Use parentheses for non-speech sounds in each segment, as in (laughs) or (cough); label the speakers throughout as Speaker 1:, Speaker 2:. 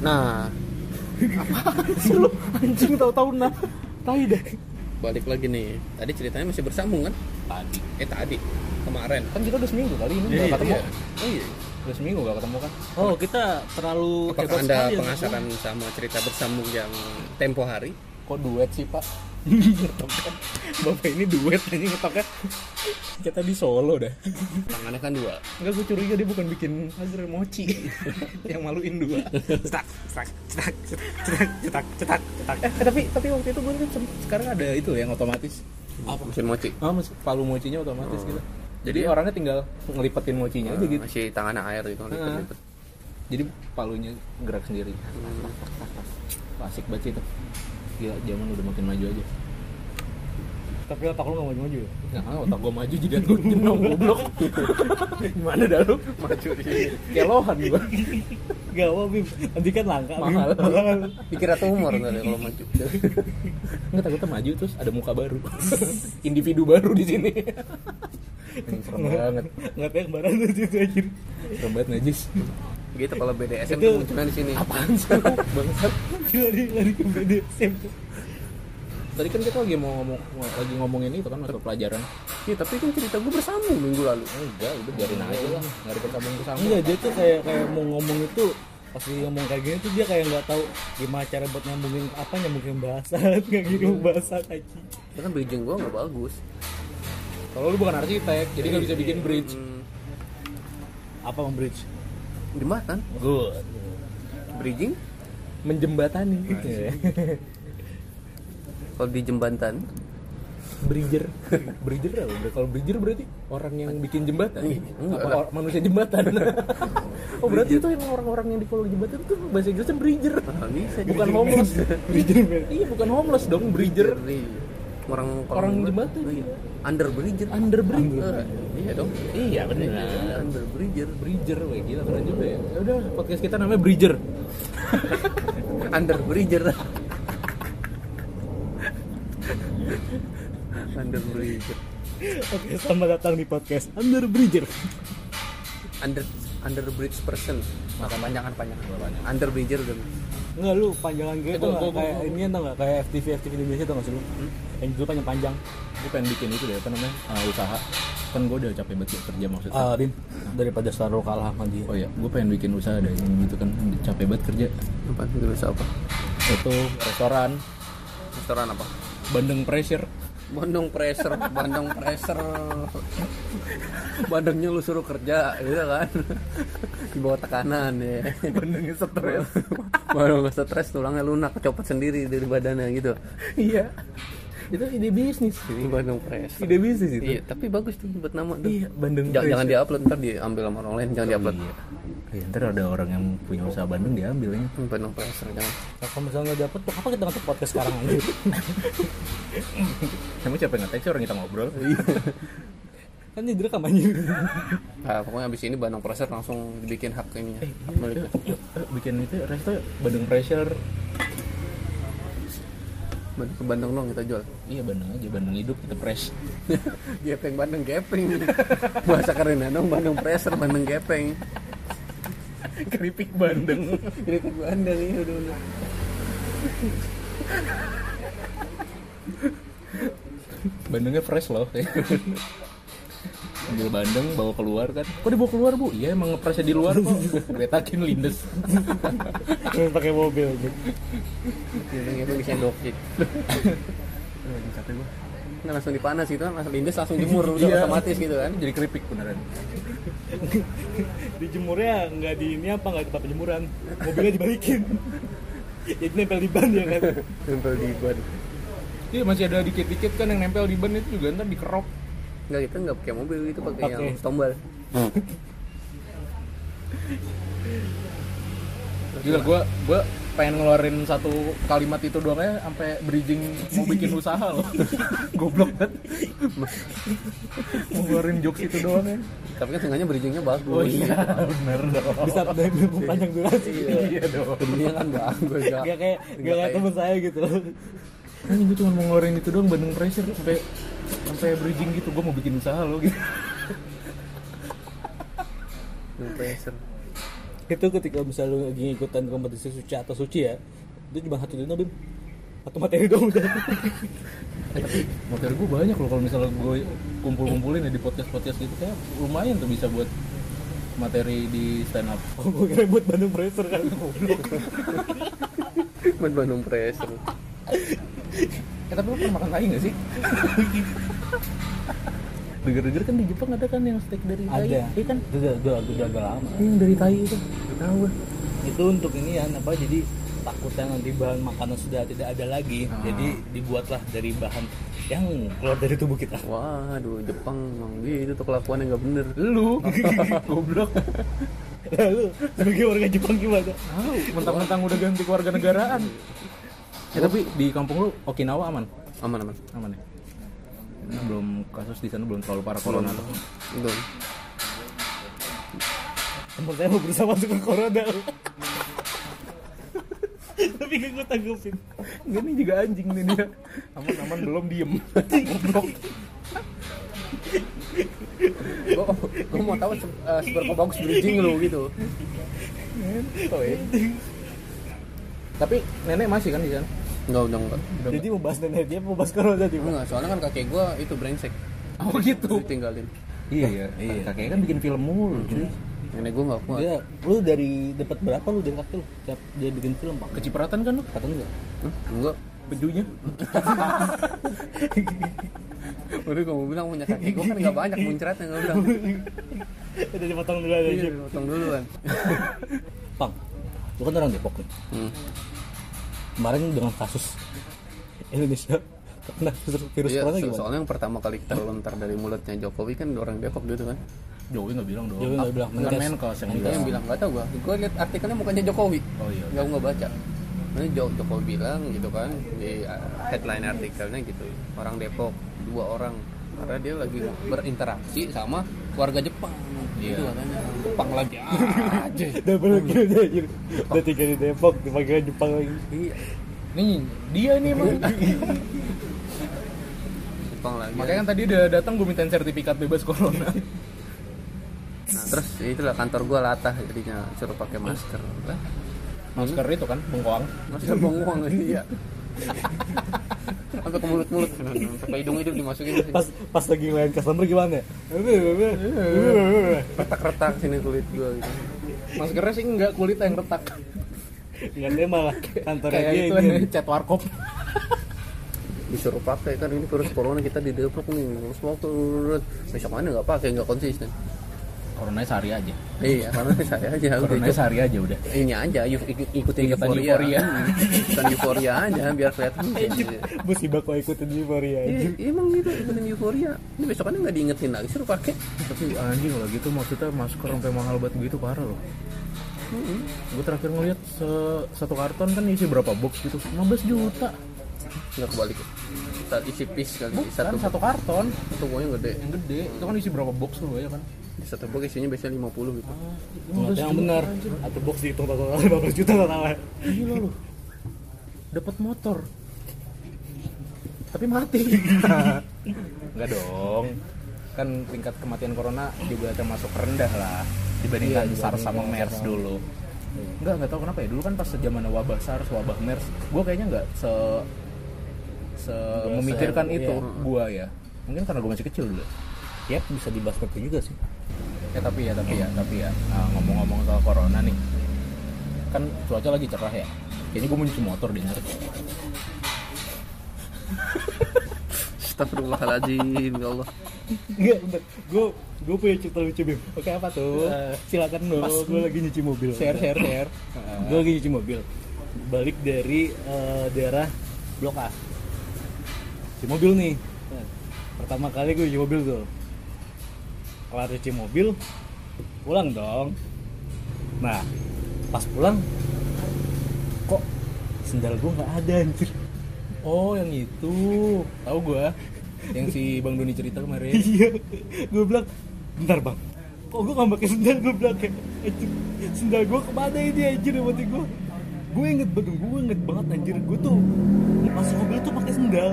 Speaker 1: Nah,
Speaker 2: sih lu anjing tahu-tahu nah tahi deh
Speaker 1: balik lagi nih. Tadi ceritanya masih bersambung kan?
Speaker 2: tadi
Speaker 1: Eh tadi kemarin.
Speaker 2: kan kita udah seminggu kali ini nggak
Speaker 3: Iya,
Speaker 2: ketemu
Speaker 3: iya.
Speaker 1: Oh iya.
Speaker 2: udah seminggu nggak ketemu kan
Speaker 4: Oh, kita terlalu
Speaker 1: Apakah
Speaker 4: hebat
Speaker 1: anda
Speaker 4: sekali ya,
Speaker 1: penasaran sama cerita bersambung yang tempo hari?
Speaker 2: kok duet sih (laughs) pak Ngetoknya. bapak ini duet kan? aja ngetoknya kita di Solo dah
Speaker 1: Tangannya kan dua.
Speaker 2: Enggak gue curiga dia bukan bikin agar (laughs) mochi yang maluin (laughs) dua.
Speaker 3: cetak cetak cetak cetak cetak cetak cetak
Speaker 2: Eh, eh, tapi tapi waktu itu gue kan sem- sekarang ada itu yang otomatis.
Speaker 1: Apa? Mesin mochi.
Speaker 2: Ah, mas- palu mochinya otomatis gitu. Jadi
Speaker 1: Jadi-
Speaker 2: orangnya tinggal ngelipetin
Speaker 1: Ya,
Speaker 2: mochinya aja gitu.
Speaker 1: Masih tangannya air gitu. lipet-lipet.
Speaker 2: Jadi palunya gerak sendiri.
Speaker 1: Hmm.
Speaker 2: Wah, Asik banget sih itu. Gila, zaman udah makin maju aja.
Speaker 3: tapi otak lu nggak maju-maju ya?
Speaker 2: Nah, otak gue maju jadi gue jenong goblok. (laughs) Gimana dah lu?
Speaker 1: Maju di sini.
Speaker 2: Kelohan gua.
Speaker 3: gawa bim nanti kan langka Bim.
Speaker 2: Mahal.
Speaker 3: mahal
Speaker 1: (laughs) Dikira tumor tadi kalau maju.
Speaker 2: Enggak takutnya maju terus ada muka baru. (laughs) Individu baru di sini. (laughs) Ini Serem banget.
Speaker 3: nggak tahu kembaran tuh itu anjir
Speaker 2: Serem banget najis.
Speaker 1: (laughs) Gitu kalau BDSM
Speaker 3: Itu-
Speaker 1: tuh munculnya di sini.
Speaker 2: Apaan sih lu? bangsat?
Speaker 3: lari lari ke BDSM
Speaker 2: Tadi kan kita lagi mau ngomong lagi ngomongin itu kan mata pelajaran.
Speaker 1: Iya, tapi kan cerita gue bersambung minggu lalu.
Speaker 2: Enggak, udah biarin aja lah. Enggak ada kesambung kesambung.
Speaker 3: enggak dia tuh kayak kayak mau ngomong itu pas dia ngomong kayak gini tuh dia kayak nggak tahu gimana cara buat nyambungin apa nyambungin bahasan (laughs) nggak gitu bahasan aja
Speaker 1: Ya kan bridging gue nggak bagus.
Speaker 2: Kalau lu bukan arsitek, jadi nggak bisa bikin bridge.
Speaker 1: Hmm,
Speaker 3: apa membridge
Speaker 1: gimana kan?
Speaker 3: good
Speaker 1: Bridging?
Speaker 2: Menjembatani gitu ya.
Speaker 1: Kalau di jembatan,
Speaker 2: Bridger. Bridger apa? Bre? Kalau bridger berarti orang yang bikin jembatan.
Speaker 1: Iya, enggak
Speaker 2: Apa
Speaker 1: lah.
Speaker 2: or- manusia jembatan? oh, berarti itu yang orang-orang yang di kolong jembatan itu bahasa Inggrisnya bridger.
Speaker 1: ah, bisa
Speaker 2: Bukan
Speaker 1: jadi.
Speaker 2: homeless.
Speaker 3: bridge man.
Speaker 2: iya, bukan homeless dong, bridger.
Speaker 1: Iya. Orang
Speaker 2: Orang
Speaker 1: ber-
Speaker 2: jembatan.
Speaker 1: Iya. Under bridger.
Speaker 2: Under bridge.
Speaker 1: Eh, iya dong.
Speaker 2: Iya,
Speaker 1: Iya, Under bridger.
Speaker 2: Bridger, weh gila keren juga ya. Ya udah, podcast kita namanya Bridger.
Speaker 1: Under bridger. Under bridger.
Speaker 3: oke selamat datang di podcast under bridger
Speaker 1: Under under bridge person. Maka
Speaker 2: kan,
Speaker 1: panjangan panjangan. Under bridger dong.
Speaker 3: Enggak lu panjangan
Speaker 2: Eh,
Speaker 3: gue
Speaker 2: gua-
Speaker 3: tuh nggak
Speaker 2: gua- gua-
Speaker 3: kayak ini tau nggak kayak FTV FTV Indonesia tau nggak sih lu yang judul panjang panjang
Speaker 2: Gue pengen bikin itu deh, apa namanya? eh, usaha. Kan gue udah capek banget ya kerja maksudnya.
Speaker 3: ah Bim daripada Star Rock kalah sama dia
Speaker 2: Oh iya, gue pengen bikin usaha deh yang gitu kan capek banget kerja.
Speaker 1: Apa itu bisa apa?
Speaker 2: Itu restoran
Speaker 1: Restoran apa?
Speaker 2: Bandeng Pressure.
Speaker 1: Bandung pressure, Bandung pressure. Bandungnya lu suruh kerja gitu kan. Di bawah tekanan ya.
Speaker 2: Bandengnya stres.
Speaker 1: Bandung stres tulangnya lunak kecopot sendiri dari badannya gitu.
Speaker 2: iya. Itu ide bisnis.
Speaker 1: Ini Bandung pressure.
Speaker 2: Ide bisnis itu.
Speaker 1: Iya, tapi bagus tuh buat nama tuh.
Speaker 2: Iya, Bandung
Speaker 1: Jangan, jangan
Speaker 2: pressure.
Speaker 1: diupload ntar diambil sama orang lain, jangan diupload.
Speaker 2: Iya. Iya, ntar ada orang yang punya usaha Bandung diambilnya.
Speaker 1: Hmm, Bandung pressure jangan.
Speaker 3: kalau misalnya nggak dapet tuh apa kita ngetik podcast sekarang aja (laughs)
Speaker 2: Emang siapa yang ngetek sih orang kita ngobrol?
Speaker 3: kan ini direkam anjir
Speaker 1: Nah, pokoknya abis ini Bandung pressure langsung dibikin hak ininya.
Speaker 2: Eh, iya,
Speaker 1: Hak miliknya.
Speaker 2: (laughs) bikin itu resto Bandung Pressure.
Speaker 1: Ban- Ke Bandung dong kita jual.
Speaker 2: Iya Bandung aja, Bandung hidup kita press.
Speaker 1: (laughs) gepeng Bandung gepeng. Bahasa keren dong Bandung pressure, Bandung gepeng.
Speaker 2: (laughs) Keripik
Speaker 1: (laughs)
Speaker 2: Bandung.
Speaker 1: Kritik gue anda nih iya, udah udah.
Speaker 2: Bandungnya fresh loh. (laughs) Ambil Bandung bawa keluar kan. Kok dibawa keluar, Bu? Iya emang ngepresnya di luar (laughs) kok. Geretakin lindes. (laughs)
Speaker 3: Yang pakai mobil aja
Speaker 1: Gepeng gepeng bisa
Speaker 2: (laughs)
Speaker 1: dokik. Nah, langsung dipanas gitu kan, langsung lindes
Speaker 2: (laughs)
Speaker 1: langsung jemur udah
Speaker 2: Iya.
Speaker 1: otomatis gitu kan.
Speaker 2: Jadi keripik beneran.
Speaker 3: dijemurnya nggak di ini apa nggak di tempat penjemuran mobilnya dibalikin jadi nempel di ban ya kan
Speaker 1: Tempel di ban.
Speaker 2: Iya masih ada dikit-dikit kan yang nempel di ban itu juga ntar dikerok.
Speaker 1: Enggak kita enggak pakai mobil itu pakai
Speaker 3: Pakai.
Speaker 1: yang
Speaker 2: (laughs)
Speaker 1: tombol.
Speaker 2: Gila gua gua pengen ngeluarin satu kalimat itu doang ya sampai bridging mau bikin usaha loh. (laughs) Goblok banget. mau ngeluarin jokes itu doang (laughs) ya.
Speaker 1: Tapi kan sengaja bridgingnya bagus.
Speaker 2: Oh, iya.
Speaker 1: (laughs)
Speaker 2: Ah, bener dong.
Speaker 3: bisa dari panjang durasi gitu
Speaker 2: Iya dong. Iya,
Speaker 1: Bridgingnya kan bagus. ya.
Speaker 3: nggak kayak nggak kayak temen saya gitu
Speaker 2: Ini gue cuma mau ngeluarin itu doang Bandung pressure sampai sampai bridging gitu gua mau bikin usaha loh gitu.
Speaker 1: Bandung pressure.
Speaker 3: itu ketika misalnya lu lagi ikutan kompetisi suci atau suci ya itu cuma satu dino bim satu materi doang (laughs) udah
Speaker 2: Eh, tapi materi gue banyak loh kalau misalnya gue kumpul-kumpulin ya di podcast-podcast gitu kayak lumayan tuh bisa buat materi di stand up.
Speaker 3: oh, gue kira buat Bandung Pressure kan
Speaker 2: Iya,
Speaker 1: Buat Bandung Pressure.
Speaker 2: Eh tapi lu pernah makan tai (laughs) gak sih? Dengar-dengar kan di Jepang ada kan yang steak dari tai.
Speaker 3: ada
Speaker 2: Iya kan?
Speaker 3: itu udah udah udah, udah lama
Speaker 2: Yang dari tai itu. Gak tahu gue.
Speaker 3: itu untuk ini ya apa jadi takutnya nanti bahan makanan sudah tidak ada lagi jadi dibuatlah dari bahan yang keluar dari tubuh kita (laughs)
Speaker 1: Waduh, Jepang emang gitu tuh kelakuan yang gak bener.
Speaker 2: Lu goblok.
Speaker 3: lalu sebagai warga Jepang gimana
Speaker 2: Tahu, mentang-mentang udah ganti keluarga negaraan. Eh tapi di kampung lu Okinawa aman?
Speaker 1: Aman aman.
Speaker 2: Aman ya? Nah, belum kasus di sana belum terlalu parah corona tuh. (laughs)
Speaker 1: Belum.
Speaker 3: temen saya mau berusaha masuk ke corona (laughs) tapi gak gue tanggupin
Speaker 2: Enggak nih juga anjing nih dia. Aman-aman belum diem. Goblok.
Speaker 1: Gue mau tahu se- eh, seberapa bagus bridging lu gitu.
Speaker 2: Oh, iya. Tapi nenek masih kan di sana?
Speaker 1: Enggak, udah enggak.
Speaker 2: Udah
Speaker 3: jadi mau bahas nenek dia mau bahas corona di
Speaker 1: Enggak, soalnya kan kakek gua itu brengsek.
Speaker 2: Oh gitu.
Speaker 1: Ditinggalin.
Speaker 2: Iya, iya. Kakek kan bikin film mulu, cuy.
Speaker 1: Nenek gua enggak kuat.
Speaker 3: dia Oh ya, lu dari dapat berapa lu dari kakek lu tiap dia bikin film pak
Speaker 2: Kecipratan kan lu?
Speaker 3: kata enggak
Speaker 1: Hah? Enggak.
Speaker 2: Bejunya.
Speaker 1: Udah gua mau bilang punya kakek gua kan enggak banyak muncratnya enggak bilang.
Speaker 3: (laughs) udah dipotong dulu aja
Speaker 1: Iya, potong duluan.
Speaker 3: Pang, lu kan orang Depok nih.
Speaker 1: Hmm.
Speaker 3: Kemarin dengan kasus Indonesia (laughs) terkena virus virus
Speaker 1: Iya,
Speaker 3: corona
Speaker 1: so-
Speaker 3: gimana?
Speaker 1: soalnya yang pertama kali terlontar dari mulutnya Jokowi kan orang Depok gitu kan.
Speaker 2: Jokowi nggak bilang dong.
Speaker 3: Jokowi nggak bilang,
Speaker 2: Bukan
Speaker 3: Menkes.
Speaker 2: Menkes yang
Speaker 1: Dia
Speaker 2: bilang.
Speaker 1: yang bilang nggak tahu gua. Gua lihat artikelnya mukanya Jokowi.
Speaker 2: Oh iya.
Speaker 1: nggak nggak baca nanti Jo- Jokowi bilang gitu kan di uh, headline artikelnya gitu orang Depok dua orang karena dia lagi berinteraksi sama warga Jepang gitu
Speaker 3: Iya.
Speaker 1: katanya Jepang lagi ah, aja
Speaker 3: (laughs) Double kill dia anjir. Udah tiga di Depok, dipanggil Jepang lagi.
Speaker 1: Iya,
Speaker 2: Nih, dia nih emang.
Speaker 1: Jepang lagi
Speaker 2: Makanya kan tadi udah datang gue mintain sertifikat bebas corona.
Speaker 1: Nah, terus itulah kantor gua latah jadinya suruh pakai masker lah
Speaker 2: Masker itu kan bengkoang.
Speaker 1: masker bengong iya sampai ke mulut mulut sampai ke hidung hidung dimasukin
Speaker 3: Pas pas lagi ngelayan customer gimana? ya?
Speaker 1: retak retak sini kulit gua gitu
Speaker 2: Maskernya sih nggak kulit yang retak.
Speaker 3: Dengan dia malah
Speaker 2: Kayak
Speaker 3: kantornya
Speaker 2: gitu.
Speaker 3: dia
Speaker 2: itu
Speaker 3: ini.
Speaker 2: yang cat iya, warkop.
Speaker 1: disuruh pakai kan ini virus corona kita di Depok nih terus waktu besok mana nggak pakai nggak konsisten
Speaker 2: Coronanya sehari aja.
Speaker 1: iya karena (laughs) saya aja udah
Speaker 2: Coronanya
Speaker 1: ikut
Speaker 2: sehari aja udah.
Speaker 1: ini aja yuk ikut- ikutin
Speaker 2: Ikutan
Speaker 1: euforia
Speaker 2: euforia. Iya.
Speaker 1: ikutan euforia aja biar kelihatan
Speaker 3: Musibah kok ikutin di ya." Maria
Speaker 1: Iya,
Speaker 3: anjir.
Speaker 1: emang gitu ikutin euforia ini besokannya nggak diingetin lagi suruh pakai
Speaker 2: Tapi anjing kalau gitu maksudnya masker sampai mahal banget begitu parah loh. Gue terakhir ngeliat se- satu karton kan isi berapa box gitu 15 juta
Speaker 1: nggak kebalik kita isi piece kali
Speaker 2: Kan
Speaker 1: satu
Speaker 2: satu karton
Speaker 1: satu pokoknya gede
Speaker 2: yang gede itu kan isi berapa box lo ya kan
Speaker 1: satu box isinya biasanya 50 gitu
Speaker 3: Nggak ada Iya, yang benar. Atau box dihitung (laughs) total 15 juta totalnya.
Speaker 2: Gila lu. Iya Dapat motor. Tapi
Speaker 3: (laughs)
Speaker 2: mati. Enggak dong. Kan tingkat kematian corona juga termasuk rendah lah dibandingkan
Speaker 3: Iya,
Speaker 2: SARS sama MERS dulu. Enggak, enggak tahu kenapa ya. Dulu kan pas zaman wabah SARS, wabah MERS, gua kayaknya enggak se se memikirkan itu
Speaker 3: iya.
Speaker 2: gua ya. Mungkin karena gua masih kecil dulu.
Speaker 3: Yap, bisa dibahas seperti juga sih.
Speaker 2: Ya tapi ya, tapi ya, tapi ya. Nah, ngomong-ngomong soal corona nih. Kan cuaca lagi cerah ya. Kayaknya gua mau nyuci motor deh. ntar.
Speaker 1: Astagfirullahaladzim ya Allah
Speaker 3: Enggak, bentar. Gue gue punya cerita lucu bim.
Speaker 2: Oke, apa tuh?
Speaker 3: Eh, silakan dong. Gue lagi nyuci mobil.
Speaker 2: share share share
Speaker 3: gue lagi nyuci mobil balik dari eh, daerah blok A cuci mobil nih
Speaker 2: Hmm.
Speaker 3: pertama kali gue cuci mobil tuh kelar cuci mobil pulang dong nah pas pulang kok sendal gue nggak ada anjir
Speaker 2: oh yang itu tahu gue yang si bang Doni cerita kemarin
Speaker 3: iya gue bilang bentar bang kok gue nggak pakai sendal gue bilang kayak anjir, sendal gue kemana ini anjir mati gue gue inget banget gue inget banget anjir gue tuh masuk mobil tuh pakai sendal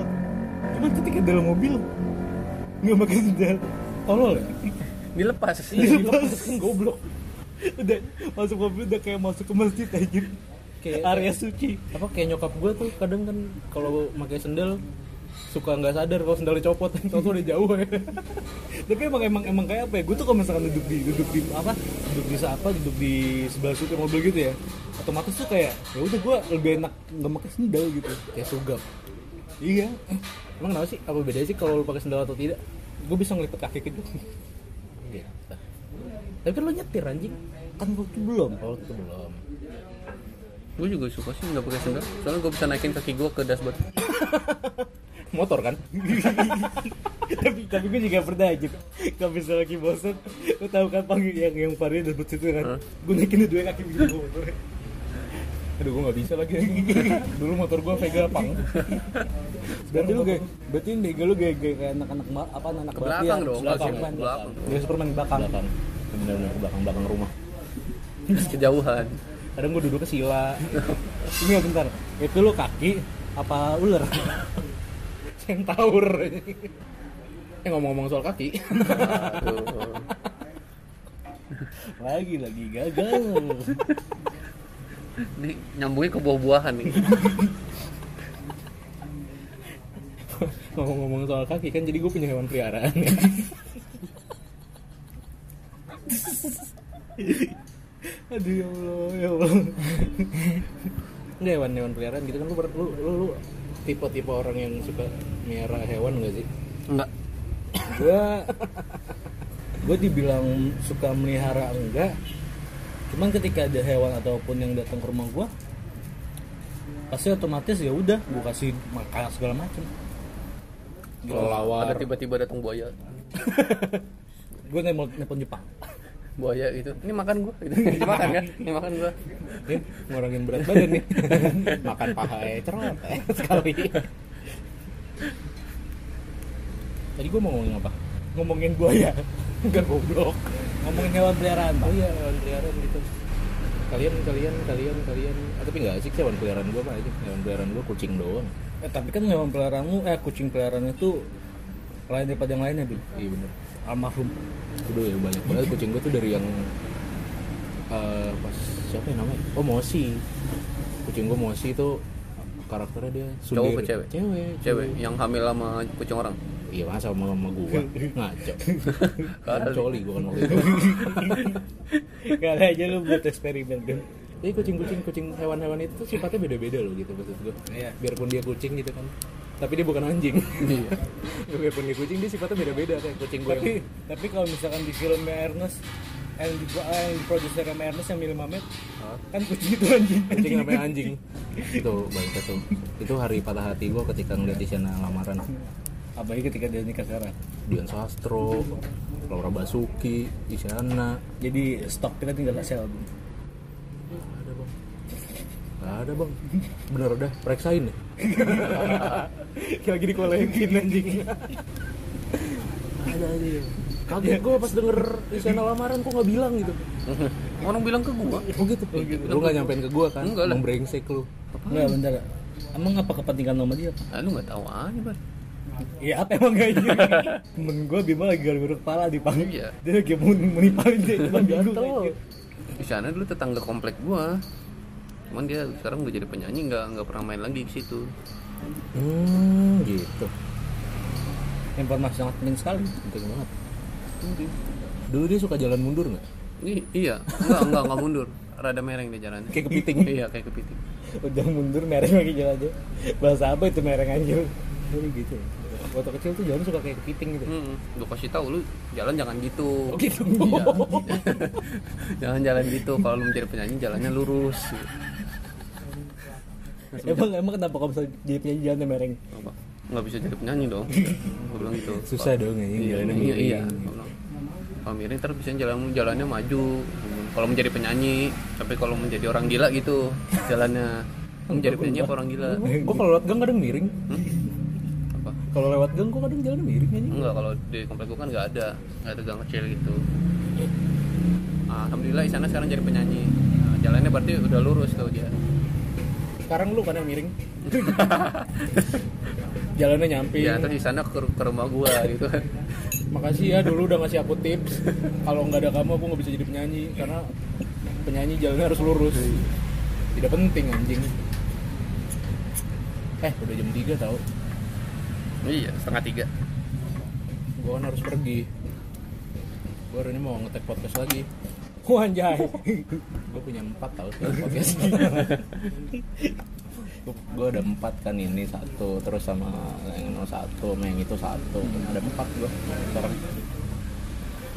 Speaker 3: cuman ketika dalam mobil nggak pakai sendal tolol ya
Speaker 1: dilepas
Speaker 3: Dilepas.
Speaker 2: goblok
Speaker 3: udah masuk mobil udah kayak masuk ke masjid aja
Speaker 4: Kayak-
Speaker 3: area suci
Speaker 4: apa kayak nyokap gue tuh kadang kan kalau pakai sendal suka nggak sadar kalau sendalnya
Speaker 3: (laughs)
Speaker 4: copot tau udah jauh ya
Speaker 3: tapi emang emang emang kayak apa ya gue tuh kalau misalkan duduk di duduk di apa duduk di apa duduk di sebelah suku mobil gitu ya otomatis tuh kayak ya udah gue lebih enak nggak pakai sendal gitu
Speaker 4: kayak sugap
Speaker 3: iya
Speaker 4: emang kenapa sih apa bedanya sih kalau lu pakai sendal atau tidak
Speaker 3: gue bisa ngelipet kaki ke
Speaker 4: gitu.
Speaker 2: Iya.
Speaker 4: tapi kan lu nyetir anjing
Speaker 3: kan waktu belum
Speaker 4: oh itu belum
Speaker 1: gue juga suka sih nggak pakai sendal soalnya gue bisa naikin kaki gue ke dashboard
Speaker 2: motor kan
Speaker 3: tapi tapi gue juga pernah aja kalau misalnya lagi bosan lo tahu kan panggil yang yang varian dan situ kan
Speaker 1: Hah?
Speaker 3: gue naikin dua kaki gitu gue motornya.
Speaker 2: aduh gue nggak bisa lagi dulu motor gue Vega pang
Speaker 3: berarti lu gak berarti ini gue lu gak gak kayak anak-anak ma- apa anak-anak ya?
Speaker 1: Ke belakang dong,
Speaker 3: belakang
Speaker 1: kasih.
Speaker 3: belakang
Speaker 1: Ke
Speaker 3: belakang
Speaker 1: belakang.
Speaker 3: dia superman belakang
Speaker 2: belakang bener-bener ke belakang belakang rumah
Speaker 1: terus kejauhan
Speaker 3: kadang gue duduk ke sila ini ya bentar itu lu kaki apa ular (laughs)
Speaker 2: centaur eh ngomong-ngomong soal kaki
Speaker 1: Aduh.
Speaker 3: lagi lagi gagal
Speaker 1: ini nyambungnya ke buah-buahan nih
Speaker 2: ngomong-ngomong soal kaki kan jadi gue punya hewan peliharaan ya.
Speaker 3: (laughs) aduh ya allah ya allah
Speaker 4: nggak hewan hewan peliharaan gitu kan lu ber- lu lu, lu tipe tipe orang yang suka miara hewan nggak sih
Speaker 1: enggak
Speaker 3: gue gue dibilang suka melihara enggak cuman ketika ada hewan ataupun yang datang ke rumah gue pasti otomatis ya udah gue kasih makan segala macam
Speaker 1: ada
Speaker 2: kelelawar
Speaker 1: tiba-tiba datang buaya
Speaker 3: gue nelpon nelpon Jepang
Speaker 1: buaya gitu ini makan gue gitu. (laughs) ini makan kan ini makan gue
Speaker 4: ya, ngurangin berat badan
Speaker 3: (laughs)
Speaker 4: nih
Speaker 2: makan paha eh cerot eh sekali
Speaker 4: tadi gue mau ngomong apa
Speaker 3: ngomongin
Speaker 2: (laughs)
Speaker 3: buaya
Speaker 4: nggak goblok
Speaker 3: ngomongin hewan peliharaan Pak.
Speaker 4: oh iya hewan peliharaan gitu kalian kalian kalian kalian
Speaker 2: Ah, tapi nggak asik sih hewan peliharaan gue apa aja hewan peliharaan gue kucing doang
Speaker 3: eh, tapi kan hewan peliharaanmu eh kucing peliharaannya itu lain daripada yang lainnya bil
Speaker 2: iya bener
Speaker 3: almarhum
Speaker 2: udah ya banyak banget
Speaker 3: (laughs)
Speaker 2: kucing gue tuh dari yang eh pas siapa yang namanya oh Mosi kucing gue Mosi itu karakternya dia
Speaker 1: Cowok apa
Speaker 2: sundere.
Speaker 1: cewek?
Speaker 2: cewek
Speaker 1: cewek yang hamil sama kucing orang
Speaker 2: iya masa sama sama
Speaker 3: (laughs)
Speaker 2: gue ngaco
Speaker 1: Kali.
Speaker 2: coli gue kan waktu itu
Speaker 3: kali aja lu buat eksperimen kan
Speaker 2: Jadi kucing-kucing kucing hewan-hewan itu tuh sifatnya beda-beda loh gitu maksud gue.
Speaker 3: Iya.
Speaker 2: Biarpun dia kucing gitu kan. Tapi dia bukan anjing. (laughs)
Speaker 1: (laughs) Iya.
Speaker 2: Biarpun dia kucing dia sifatnya beda-beda kayak kucing gue.
Speaker 3: tapi tapi kalau misalkan di filmnya Ernest yang di eh, yang produser sama Ernest yang milih Mamet kan kucing itu anjing
Speaker 2: yang- kucing namanya anjing. itu bangsa tuh. Itu hari patah hati gue ketika ngeliat Isyana lamaran.
Speaker 3: apalagi ketika dia nikah sekarang
Speaker 2: Dian Sastro, Laura Basuki, Isyana.
Speaker 3: jadi stok kita tinggal kasih album
Speaker 2: Gak ada bang. Gak ada bang. Bener udah, periksain deh.
Speaker 3: kayak (laughs) lagi dikolekin anjing (laughs)
Speaker 2: Kaget gue pas denger Isyana lamaran kok gak bilang gitu.
Speaker 1: orang bilang ke gue
Speaker 2: Oh gitu. Lu gak nyampein ke gue kan?
Speaker 1: Enggak lah.
Speaker 2: Emang brengsek lu.
Speaker 3: nggak bentar emang apa kepentingan sama dia Pak?
Speaker 1: ah, lu nggak tahu aja bar
Speaker 3: Iya apa emang gak (laughs) anjing temen gue Bima lagi garu-garu kepala di panggung
Speaker 1: Iya.
Speaker 3: dia lagi mau mau nipalin dia cuma bingung anjing.
Speaker 1: di sana dulu tetangga komplek gua cuman dia sekarang udah jadi penyanyi nggak nggak pernah main lagi di situ
Speaker 2: Hmm gitu.
Speaker 3: informasi sangat penting sekali
Speaker 2: Penting banget. Dulu dia suka jalan mundur nggak?
Speaker 1: I- iya nggak nggak nggak mundur rada mereng dia jalannya
Speaker 2: Kayak kepiting.
Speaker 1: iya kayak kepiting
Speaker 3: udah Oh, mundur mereng lagi jalan aja bahasa apa itu mereng anjir
Speaker 2: Oh,
Speaker 3: jadi gitu ya waktu kecil tuh jalan suka kayak kepiting
Speaker 2: Nah,
Speaker 3: gitu
Speaker 1: Mm-mm. gua kasih tahu lu jalan jangan gitu
Speaker 2: Oh
Speaker 3: gitu
Speaker 1: Iya. (laughs) jangan jalan gitu kalau lu menjadi penyanyi jalannya lurus gitu.
Speaker 3: emang emang kenapa kalau misalnya jadi penyanyi jalannya mereng
Speaker 1: Apa? nggak bisa jadi penyanyi
Speaker 2: (laughs)
Speaker 1: dong gua bilang gitu
Speaker 2: Susah dong ya
Speaker 1: iya iya, iya. Gua bilang, kalau miring terus bisa jalan jalannya maju kalau menjadi penyanyi tapi kalau menjadi orang gila gitu jalannya Lu menjadi penyanyi apa orang gila
Speaker 2: Gue kalau lewat gang kadang miring.
Speaker 1: apa
Speaker 2: Kalau lewat gang gue kadang jalan miring aja.
Speaker 1: enggak kalau di komplek gue kan nggak ada nggak ada gang kecil gitu Ah, alhamdulillah di sana sekarang jadi penyanyi Nah, jalannya berarti udah lurus tuh dia
Speaker 2: Sekarang lu kadang miring.
Speaker 3: jalannya nyampe
Speaker 1: ya
Speaker 2: Iya.
Speaker 1: terus di sana ke, ke rumah gua gitu kan
Speaker 3: makasih ya dulu udah ngasih aku tips (laughs) kalau nggak ada kamu aku nggak bisa jadi penyanyi karena penyanyi jalannya harus lurus tidak penting anjing eh udah jam 3 tau
Speaker 1: iya setengah tiga
Speaker 3: gue kan harus pergi gue hari ini mau ngetek podcast lagi Wah anjay Gue punya empat tau sih podcast
Speaker 2: gue ada empat kan ini satu terus sama yang nol satu sama yang itu satu ada empat gue sekarang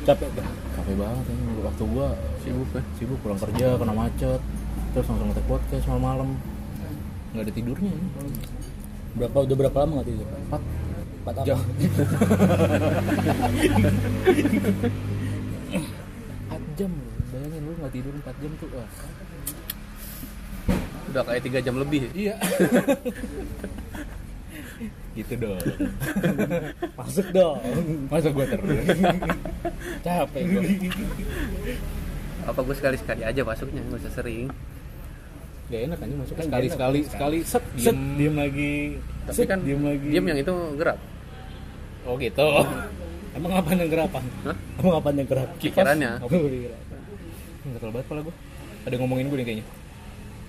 Speaker 3: Capek dah
Speaker 2: capek banget ini waktu gue
Speaker 1: sibuk ya
Speaker 2: sibuk pulang kerja kena macet terus langsung ngetek podcast malam-malam nggak ada tidurnya ini.
Speaker 4: Berapa udah berapa lama nggak tidur?
Speaker 2: empat
Speaker 4: Empat apa?
Speaker 3: Jam
Speaker 2: empat jam lu. bayangin lu nggak tidur empat jam tuh wah
Speaker 1: udah kayak tiga jam lebih ya.
Speaker 3: Iya
Speaker 2: gitu
Speaker 3: (laughs)
Speaker 2: dong
Speaker 4: Masuk dong.
Speaker 2: masa gue terus
Speaker 4: Capek gue.
Speaker 1: apa gua sekali sekali aja masuknya nggak usah sering
Speaker 2: gak enak aja masuk
Speaker 3: Kan
Speaker 2: sekali
Speaker 3: gak enak. Iya.
Speaker 2: sekali sekali set
Speaker 3: Set
Speaker 2: diem
Speaker 3: diem lagi
Speaker 1: tapi
Speaker 3: Set
Speaker 1: kan
Speaker 3: diem lagi
Speaker 1: diem yang itu gerak
Speaker 2: oh gitu
Speaker 3: Emang apaan yang gerapan?
Speaker 1: Hah?
Speaker 3: Emang apaan yang gerak?
Speaker 1: Pikirannya.
Speaker 3: Apa yang gerapan?
Speaker 2: nggak terlalu banget pala gue ada yang ngomongin gue nih kayaknya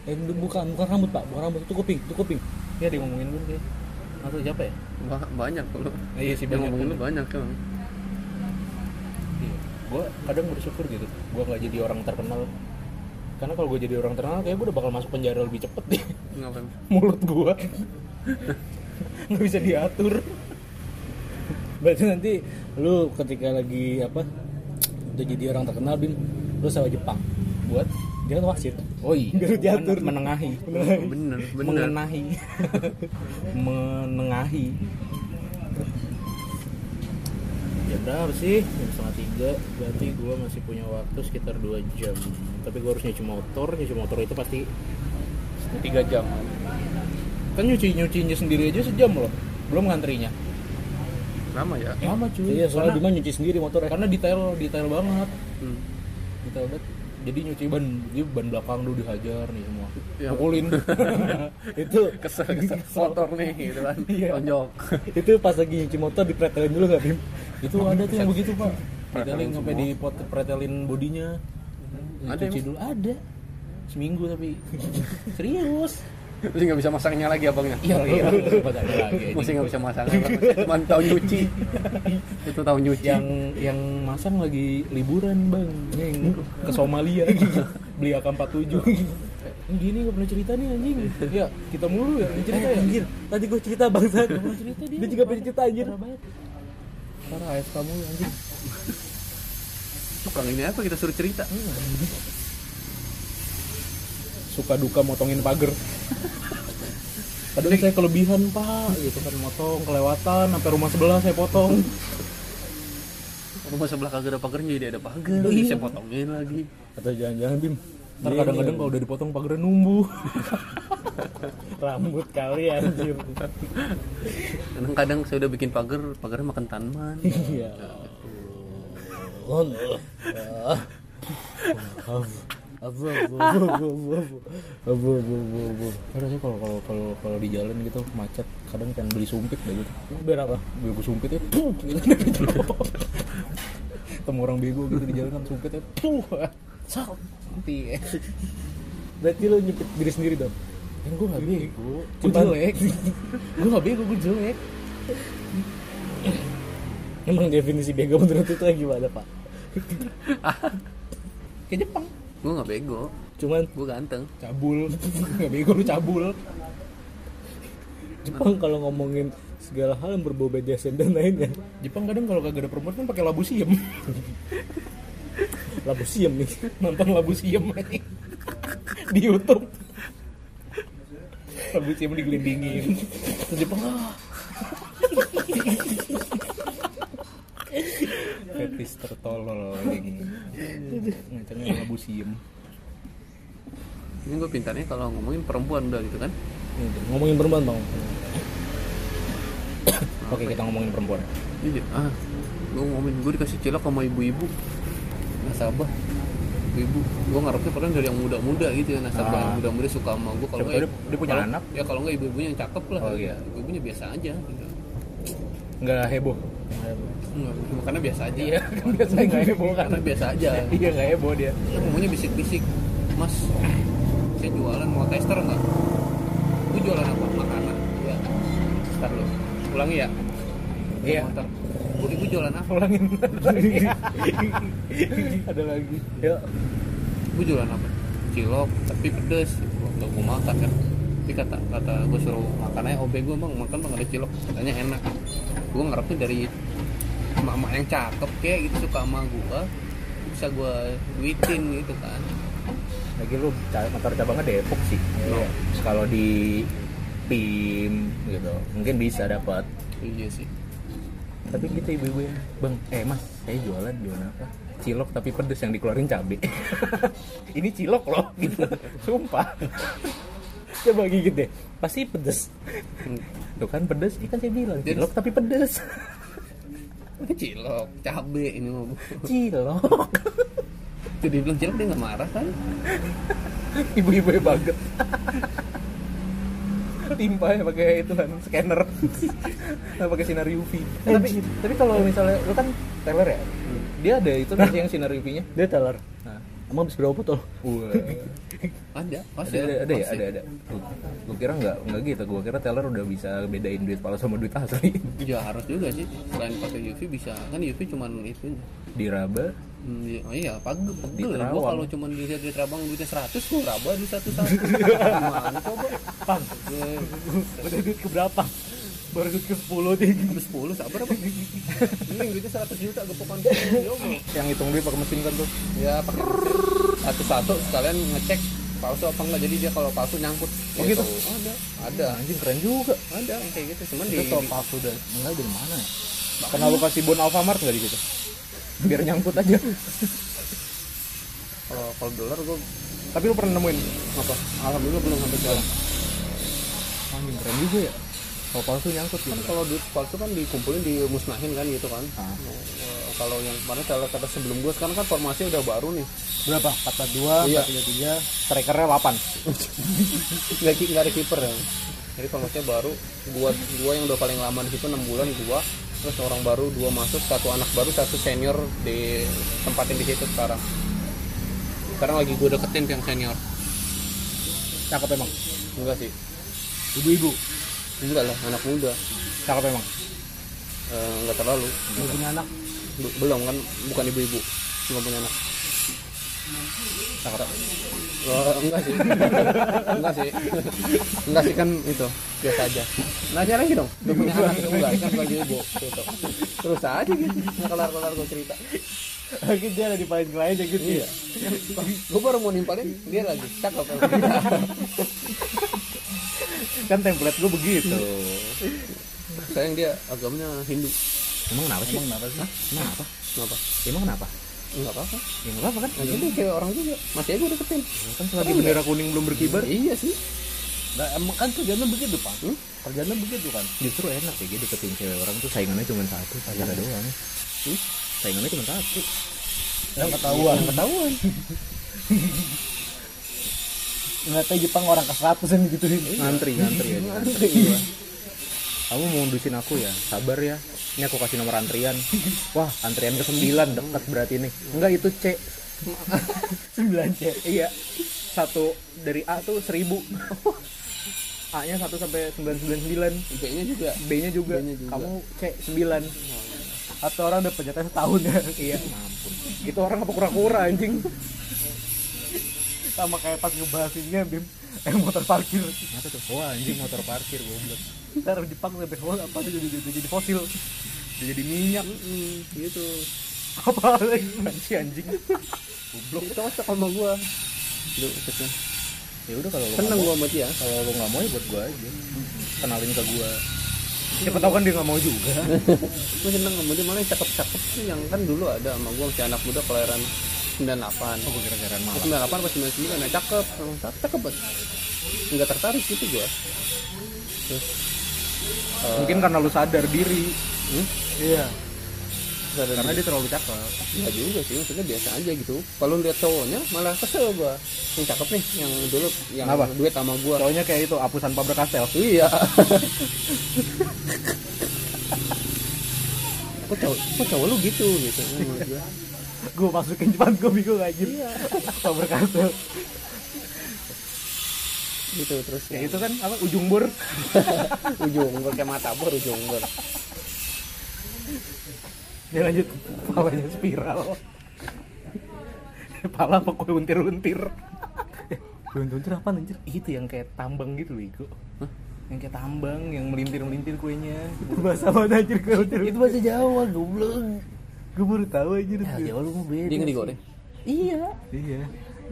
Speaker 4: Eh, bu- bukan bukan rambut pak, bukan rambut itu kuping, itu kuping.
Speaker 2: ya ada yang ngomongin gue kayaknya atau siapa ya
Speaker 1: Ba- banyak lu
Speaker 2: Eh, iya sih
Speaker 1: yang
Speaker 2: banyak
Speaker 1: ngomongin lu banyak tuh
Speaker 2: gue kadang bersyukur gitu gue nggak jadi orang terkenal karena kalau gue jadi orang terkenal kayak gue udah bakal masuk penjara lebih cepet (laughs) deh
Speaker 1: ngapain
Speaker 2: mulut gue nggak bisa diatur
Speaker 4: Berarti nanti lu ketika lagi apa udah jadi orang terkenal bim, lu sewa Jepang.
Speaker 2: buat
Speaker 4: Dia kan wasit.
Speaker 2: oh iya
Speaker 4: Biar diatur.
Speaker 2: Men- menengahi
Speaker 1: bener bener
Speaker 3: (laughs)
Speaker 2: mengenahi menengahi
Speaker 3: Jam berapa Ya sih? Jam setengah tiga Berarti gue masih punya waktu sekitar 2 jam Tapi gue harus nyuci motor Nyuci motor itu pasti
Speaker 1: tiga jam
Speaker 3: Kan nyuci-nyucinya sendiri aja sejam loh Belum ngantrinya
Speaker 1: lama ya
Speaker 3: Lama cuy
Speaker 4: Iya, soalnya
Speaker 3: karena,
Speaker 4: Bima nyuci sendiri ya. motornya.
Speaker 3: karena detail, detail banget
Speaker 1: Hmm.
Speaker 3: Detail banget Jadi nyuci ban Dia ban belakang dulu dihajar nih semua
Speaker 1: Ya.
Speaker 3: Pukulin
Speaker 4: itu
Speaker 1: (laughs) kesel kesel motor nih gitu kan tonjok
Speaker 4: itu pas lagi nyuci motor dipretelin dulu nggak bim?
Speaker 2: itu ada tuh yang begitu pak
Speaker 1: Pretelin
Speaker 2: pretelin sampai
Speaker 1: semua.
Speaker 2: di pretelin bodinya
Speaker 1: Ada
Speaker 2: ada cuci
Speaker 1: emang?
Speaker 2: dulu ada seminggu tapi serius
Speaker 1: terus nggak bisa masangnya lagi abangnya
Speaker 2: iya lagi iya, lagi Sempat ada lagi
Speaker 1: masih nggak bisa masang cuma tahun nyuci itu tahun nyuci
Speaker 2: yang
Speaker 4: Hmm,
Speaker 2: yang masang lagi liburan bang yang ke Somalia beli AK47 gini gak pernah cerita nih anjing ya kita mulu ya yang cerita
Speaker 4: Eh,
Speaker 2: ya
Speaker 4: anjir, tadi gue cerita bangsa.
Speaker 2: cerita
Speaker 4: dia juga pengen cerita anjir.
Speaker 2: parah AFK mulu anjing
Speaker 1: tukang ini apa kita suruh cerita
Speaker 2: suka duka motongin pagar kadang saya kelebihan pak gitu kan motong kelewatan sampai rumah sebelah saya potong
Speaker 1: rumah sebelah kagak ada pagar jadi ada pagar bisa potongin lagi
Speaker 4: Atau jangan-jangan bim? Iya,
Speaker 2: ntar kadang-kadang kalau udah dipotong pagarnya numbuh
Speaker 4: Rambut kali anjir.
Speaker 1: kadang-kadang saya udah bikin pagar pagarnya makan tanaman
Speaker 4: Iya. Oh, no. Ah. Abu, abu, abu, abu, abu, abu. Abu, abu, abu, abu.
Speaker 2: Ada sih kalau kalau kalau kalau di jalan gitu macet kadang pengen beli sumpit deh gitu.
Speaker 4: Biar apa?
Speaker 2: Beli gue sumpit ya, puh, gitu. (laughs) Temu orang bego gitu di jalan kan sumpit ya, puh,
Speaker 4: Sak.
Speaker 2: nanti.
Speaker 4: Berarti lo nyepit diri sendiri dong?
Speaker 2: Kan gue nggak bego, gue
Speaker 4: Cuman-
Speaker 2: jelek. gue nggak bego, gue jelek.
Speaker 4: Emang definisi bego menurut itu yang gimana pak?
Speaker 2: Kayak Jepang,
Speaker 1: gue nggak bego
Speaker 4: Cuman
Speaker 1: gue ganteng
Speaker 2: cabul, (laughs) nggak bego lu cabul.
Speaker 4: Jepang kalau ngomongin segala hal yang berbau BDSM dan ya, lainnya
Speaker 2: Jepang kadang kalau kagak ada perempuan kan pakai labu siem, (laughs)
Speaker 4: Labu siam nih
Speaker 2: nonton labu siem di YouTube. Labu siem digelindingin. Terus Jepang ah, fetis tertolol anjing. Ngacangnya labu siem.
Speaker 1: ini gue pintarnya kalau ngomongin perempuan udah gitu kan
Speaker 4: Ngomongin perempuan bang
Speaker 2: Oke, kita ngomongin perempuan.
Speaker 1: Iya, ah, gue ngomongin gue dikasih cilok sama ibu-ibu nasabah ibu gue ngarepnya pernah dari yang muda-muda gitu ya nasabah
Speaker 2: Ah.
Speaker 1: yang muda-muda suka sama gue kalau
Speaker 2: Siapa
Speaker 1: nggak
Speaker 2: tahu dia- dia punya
Speaker 1: kalau-
Speaker 2: anak.
Speaker 1: ya kalau nggak ibunya yang cakep lah
Speaker 2: Oh, iya.
Speaker 1: ibunya biasa aja gitu.
Speaker 2: nggak heboh
Speaker 1: Enggak, Bukannya biasa aja
Speaker 2: Iya, (laughs)
Speaker 1: ya. Kan biasa
Speaker 2: Nggak
Speaker 1: nggak
Speaker 2: heboh kan?
Speaker 1: Karena biasa aja.
Speaker 2: iya nggak heboh dia
Speaker 1: Dia ngomongnya bisik-bisik. Mas, saya jualan mau tester nggak? Lu jualan apa? Makanan. Iya. Ntar lu. Ulangi ya.
Speaker 2: Iya.
Speaker 1: Ntar. Bu, ibu jualan apa?
Speaker 2: ulangin lagi ada lagi yuk
Speaker 1: Ibu jualan apa? Cilok, tapi pedes. Waktu gue makan kan. Tapi kata kata gue suruh makan aja OB gue bang makan bang ada cilok. Katanya enak. Gue ngarepnya dari emak-emak yang cakep kayak gitu suka sama gue bisa gue duitin gitu kan
Speaker 2: lagi lu ca- motor cabangnya Depok sih
Speaker 1: Iya.
Speaker 2: kalau di tim gitu mungkin bisa dapat
Speaker 1: iya sih
Speaker 2: tapi gitu ibu-ibu ya bang eh mas saya jualan jualan apa cilok tapi pedes yang dikeluarin cabe (laughs) ini cilok loh (laughs) gitu sumpah (laughs)
Speaker 3: coba gigit deh pasti pedes
Speaker 1: Hmm.
Speaker 2: tuh kan pedes ini kan saya bilang
Speaker 1: Jadi-
Speaker 2: cilok tapi pedes (laughs)
Speaker 1: cilok cabe ini mau
Speaker 2: cilok
Speaker 1: jadi bilang cilok dia nggak marah kan
Speaker 2: ibu-ibu yang banget timpa ya pakai itu kan scanner Nah, pakai sinar UV Eh, tapi tapi kalau misalnya lu kan teller ya dia ada itu nggak sih yang sinar UV-nya
Speaker 3: dia teler
Speaker 2: nah.
Speaker 3: ya, emang habis berapa botol
Speaker 2: Wah.
Speaker 1: ada
Speaker 2: ada,
Speaker 1: pasti kan?
Speaker 2: ada, ada ya
Speaker 1: pasti.
Speaker 2: ada ada gue kira nggak nggak gitu gue kira teller udah bisa bedain duit palsu sama duit asli
Speaker 1: ya harus juga sih selain pakai UV bisa kan UV cuman itu
Speaker 2: diraba
Speaker 1: Hmm, iya- oh iya pagel
Speaker 2: Di
Speaker 1: pegel
Speaker 2: Terawang.
Speaker 1: gua kalau cuman dilihat di Trabang duitnya 100 gua raba di satu
Speaker 2: (laughs)
Speaker 1: satu gimana coba
Speaker 3: pang
Speaker 1: Eh,
Speaker 3: udah duit keberapa baru duit ke sepuluh deh
Speaker 1: habis 10 sabar apa ini duitnya 100 juta gepokan Ya, gua.
Speaker 2: yang hitung duit pakai mesin kan tuh
Speaker 1: ya pakai satu-satu sekalian ngecek palsu apa enggak jadi dia kalau palsu nyangkut
Speaker 2: Oh, gitu?
Speaker 1: ada ada
Speaker 2: anjing keren juga
Speaker 1: ada yang kayak gitu cuman di
Speaker 2: itu tau palsu dan mulai dari mana ya karena lu kasih bon Alfamart nggak di situ biar nyangkut aja
Speaker 1: (laughs) kalau kalau dolar gua
Speaker 2: tapi lu pernah nemuin
Speaker 1: apa alhamdulillah belum sampai jalan
Speaker 2: anjing keren juga ya kalau palsu nyangkut
Speaker 1: kan
Speaker 2: gitu
Speaker 1: kalau duit palsu kan dikumpulin dimusnahin kan gitu kan
Speaker 2: Ah.
Speaker 1: Eh, kalau yang kemarin kalau kata sebelum gua sekarang kan formasi udah baru nih
Speaker 3: berapa kata dua
Speaker 1: Iya.
Speaker 3: kata tiga tiga
Speaker 2: strikernya 8
Speaker 1: nggak ki- nggak ada kiper ya jadi formasinya baru gua gua yang udah paling lama di situ 6 bulan gua terus orang baru dua masuk satu anak baru satu senior di tempatin di situ sekarang sekarang lagi gua deketin yang senior
Speaker 2: cakep emang
Speaker 1: enggak sih
Speaker 3: ibu-ibu
Speaker 1: enggak lah anak muda
Speaker 2: cakep emang
Speaker 1: Eh, enggak terlalu
Speaker 3: mau punya anak
Speaker 1: B- belum kan bukan ibu-ibu nggak punya anak
Speaker 2: cakep
Speaker 1: Oh, enggak sih. enggak sih. enggak sih kan itu biasa aja. Nanya lagi dong. Udah punya anak itu enggak kan lagi ibu gitu. Terus aja gitu. Nggak kelar-kelar gue cerita.
Speaker 3: lagi dia ada di paling lain aja gitu ya
Speaker 1: Gue baru mau nimpalin dia lagi cakep.
Speaker 3: kan template gue begitu
Speaker 1: Iya. Sayang dia agamanya Hindu.
Speaker 2: emang kenapa sih emang kenapa sih emang kenapa
Speaker 1: Kenapa?
Speaker 2: emang kenapa
Speaker 1: Enggak apa-apa.
Speaker 2: ya nggak apa-apa kan
Speaker 1: Nah, jadi kayak orang juga. Masih aja gue deketin.
Speaker 2: kan selagi bendera kuning belum berkibar
Speaker 1: Iya sih.
Speaker 3: nah, emang kan kerjanya begitu pak kerjanya begitu kan
Speaker 2: Hmm?
Speaker 3: Iya.
Speaker 2: justru enak ya gitu deketin cewek orang tuh saingannya cuma satu pacarnya doang
Speaker 1: Hmm?
Speaker 2: saingannya cuma satu
Speaker 3: yang ketahuan
Speaker 1: Ketahuan.
Speaker 3: nggak tahu Jepang orang ke seratus yang iya. gituin
Speaker 2: ngantri ngantri ya ngantri gua. kamu mau ngundusin aku ya sabar ya ini aku kasih nomor antrian wah antrian ke sembilan dekat berarti nih enggak itu C
Speaker 3: (laughs) sembilan cek
Speaker 2: iya satu dari A tuh seribu A nya satu sampai sembilan sembilan sembilan
Speaker 1: Kayaknya juga.
Speaker 2: B nya juga
Speaker 1: B-nya juga.
Speaker 2: kamu C sembilan
Speaker 3: atau orang udah pencatnya setahun ya
Speaker 2: iya ampun itu orang apa kura-kura anjing
Speaker 3: sama kayak pas ngebahas ini ya, Bim eh motor parkir
Speaker 2: apa tuh wah anjing motor parkir goblok
Speaker 3: ntar Jepang sampai awal apa tuh jadi, jadi, jadi fosil
Speaker 2: Dia jadi minyak
Speaker 1: Gitu.
Speaker 3: apa lagi
Speaker 2: anjing anjing
Speaker 1: Blok cocok sama gue. Duh, cocok.
Speaker 2: ya udah kalau lu nggak
Speaker 1: Seneng
Speaker 2: mau
Speaker 1: gue sama dia.
Speaker 2: kalau lu nggak mau ya buat gua aja kenalin ke gua siapa tahu kan dia nggak mau juga
Speaker 1: gue seneng sama dia malah yang cakep-cakep tuh yang kan dulu ada sama gue masih anak muda kelahiran 98
Speaker 2: gua kira-kira
Speaker 1: Pas 98 pas 99 nah cakep emang cakep, cakep banget nggak tertarik gitu gue terus eh,
Speaker 2: mungkin karena lu sadar diri Hmm?
Speaker 3: iya
Speaker 1: sadar
Speaker 2: karena
Speaker 1: diri.
Speaker 2: dia terlalu cakep
Speaker 1: Nggak juga sih maksudnya biasa aja gitu kalau lihat cowoknya malah kesel gue yang cakep nih yang dulu yang
Speaker 2: Kenapa?
Speaker 1: duet sama Iya. gue
Speaker 2: cowoknya kan. kayak itu apusan pabrik kastel
Speaker 1: iya kok cowok kok cowok lu gitu gitu Menurut gua.
Speaker 3: gue masukin cepat gue bingung aja sama berkasel
Speaker 1: gitu terus
Speaker 2: ya itu kan apa ujung bur
Speaker 1: ujung gue kayak mata bor ujung gue
Speaker 2: ya lanjut palanya spiral pala pokoknya untir-untir untir-untir apa anjir itu yang kayak tambang gitu loh Iko yang kayak tambang yang melintir-melintir kuenya
Speaker 3: bahasa mana anjir gue untir
Speaker 4: Itu bahasa Jawa, goblok.
Speaker 3: gue baru tahu aja
Speaker 2: Ya,
Speaker 4: Nah,
Speaker 2: Gitu.
Speaker 4: Jawa lu mau beda.
Speaker 1: dia nggak digoreng
Speaker 4: Iya.
Speaker 3: iya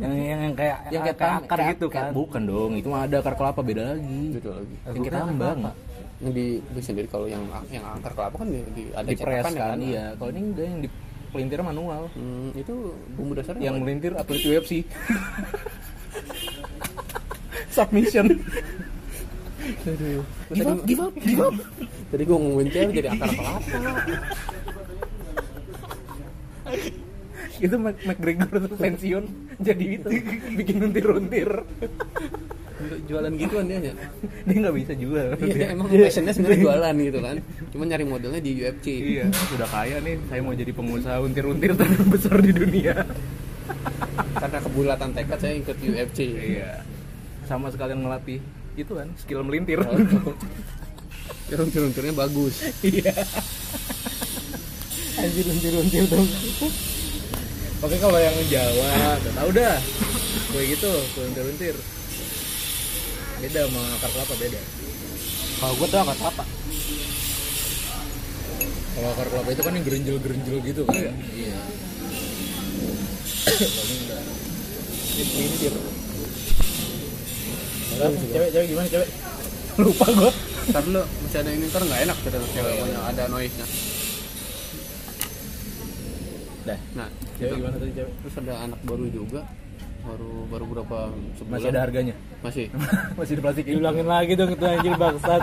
Speaker 3: yang yang, yang kayak
Speaker 1: Yang kayak
Speaker 3: akar,
Speaker 1: tam-
Speaker 3: akar
Speaker 1: kayak-
Speaker 3: gitu kan
Speaker 2: Kayak- bukan dong itu mah ada akar kelapa beda lagi
Speaker 1: gitu lagi
Speaker 2: yang kayak tambang
Speaker 1: yang di, di sendiri kalau yang yang angker kelapa kan di, di- ada
Speaker 2: di press
Speaker 1: cetakan ya
Speaker 2: kan iya kalau ini enggak yang di pelintir manual
Speaker 1: Hmm, itu bumbu dasarnya
Speaker 2: yang
Speaker 1: apa?
Speaker 2: melintir atlet UFC (laughs) submission
Speaker 1: Give up, give up, give up. Tadi gue ngomongin cewek (laughs) jadi akar kelapa.
Speaker 2: itu Mac- McGregor tuh pensiun jadi itu bikin untir-untir
Speaker 1: Jualan gituan dia ya.
Speaker 2: dia nggak bisa jual
Speaker 1: Iya,
Speaker 2: Dia-
Speaker 1: emang passionnya sebenarnya jualan gitu kan. Cuma nyari modelnya di UFC.
Speaker 2: iya sudah kaya nih saya mau jadi pengusaha untir-untir terbesar di dunia
Speaker 1: Karena kebulatan tekad saya ikut UFC.
Speaker 2: iya sama sekalian ngelatih itu kan skill melintir
Speaker 1: Oh. Turun-turunnya bagus.
Speaker 2: iya
Speaker 4: Anjir untir-untir dong.
Speaker 2: oke kalau yang Jawa udah tau dah kayak gitu kue untir-untir beda sama akar kelapa beda
Speaker 4: Kalau gua tuh angkat apa?
Speaker 2: Kalau akar kelapa itu kan yang gerenjel-gerenjel gitu kan. Iya. Iya.
Speaker 3: cewek-cewek gimana cewek lupa gue
Speaker 1: Ntar lu masih ada ini ntar nggak enak cerita cewek punya ada noise nya.
Speaker 2: Dah.
Speaker 1: Nah,
Speaker 3: cewek gimana tadi cewek
Speaker 1: terus ada anak baru juga baru baru berapa sebulan
Speaker 2: Masih ada harganya.
Speaker 1: masih
Speaker 2: Masih di plastik ini.
Speaker 3: diulangin lagi dong itu anjir bangsat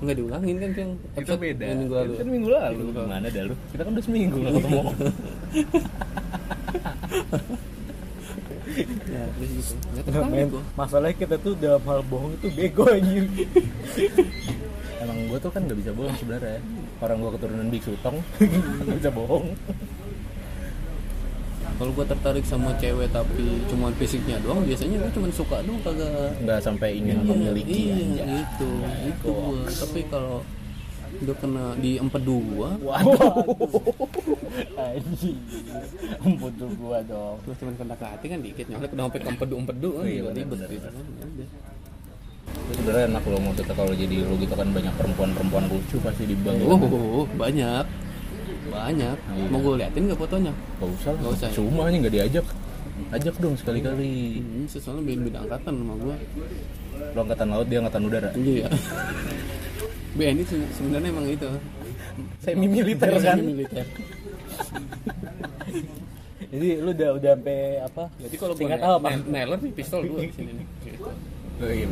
Speaker 1: nggak diulangin kan yang
Speaker 2: Itu beda.
Speaker 1: yang minggu lalu
Speaker 2: Itu kan minggu lalu. Gimana dah lu? Kita kan udah seminggu enggak ketemu.
Speaker 1: ya terus gitu nggak
Speaker 3: Nah,
Speaker 1: tertarik
Speaker 3: men,
Speaker 1: gua
Speaker 3: masalahnya kita tuh dalam hal bohong itu bego anjir
Speaker 2: Emang gue tuh kan gak bisa bohong sebenarnya. Orang gue keturunan biksu tong, gak bisa bohong.
Speaker 1: kalau gua tertarik sama cewek tapi cuman fisiknya doang biasanya gua cuman suka doang kagak
Speaker 2: Nggak sampai ingin memiliki
Speaker 1: iya,
Speaker 2: aja.
Speaker 1: gitu itu gua tapi kalau udah kena di empat dua
Speaker 3: anjir emput tuh gua dong
Speaker 1: terus cuman kena ke hati kan dikit nyolek udah sampai ke empedu empedu kan juga
Speaker 2: Iya, benar,
Speaker 1: ribet
Speaker 2: benar,
Speaker 1: gitu kan ya udah.
Speaker 2: Itu sebenarnya enak lo mau kita kalau jadi lu gitu kan banyak perempuan-perempuan lucu pasti di bangku.
Speaker 3: Iya.
Speaker 1: Oh, oh, oh, banyak. Banyak.
Speaker 2: Iya.
Speaker 1: Mau gue liatin nggak fotonya?
Speaker 2: Gak usah lah.
Speaker 1: Nggak usah ya?
Speaker 2: Cuma nih gak diajak. Ajak dong sekali-kali.
Speaker 1: Hmm, soalnya beda-beda angkatan sama gue.
Speaker 2: Lo angkatan laut, dia angkatan udara.
Speaker 1: (laughs) Iya. BNI se- sebenarnya emang itu.
Speaker 2: Semi militer
Speaker 1: Semi Militer.
Speaker 3: jadi lu udah udah sampai apa
Speaker 1: Jadi kalau gue
Speaker 3: Singkat
Speaker 1: ne-
Speaker 3: apa?
Speaker 1: ne- neler nih pistol dua di sini nih. Gitu.
Speaker 3: Oh, iya,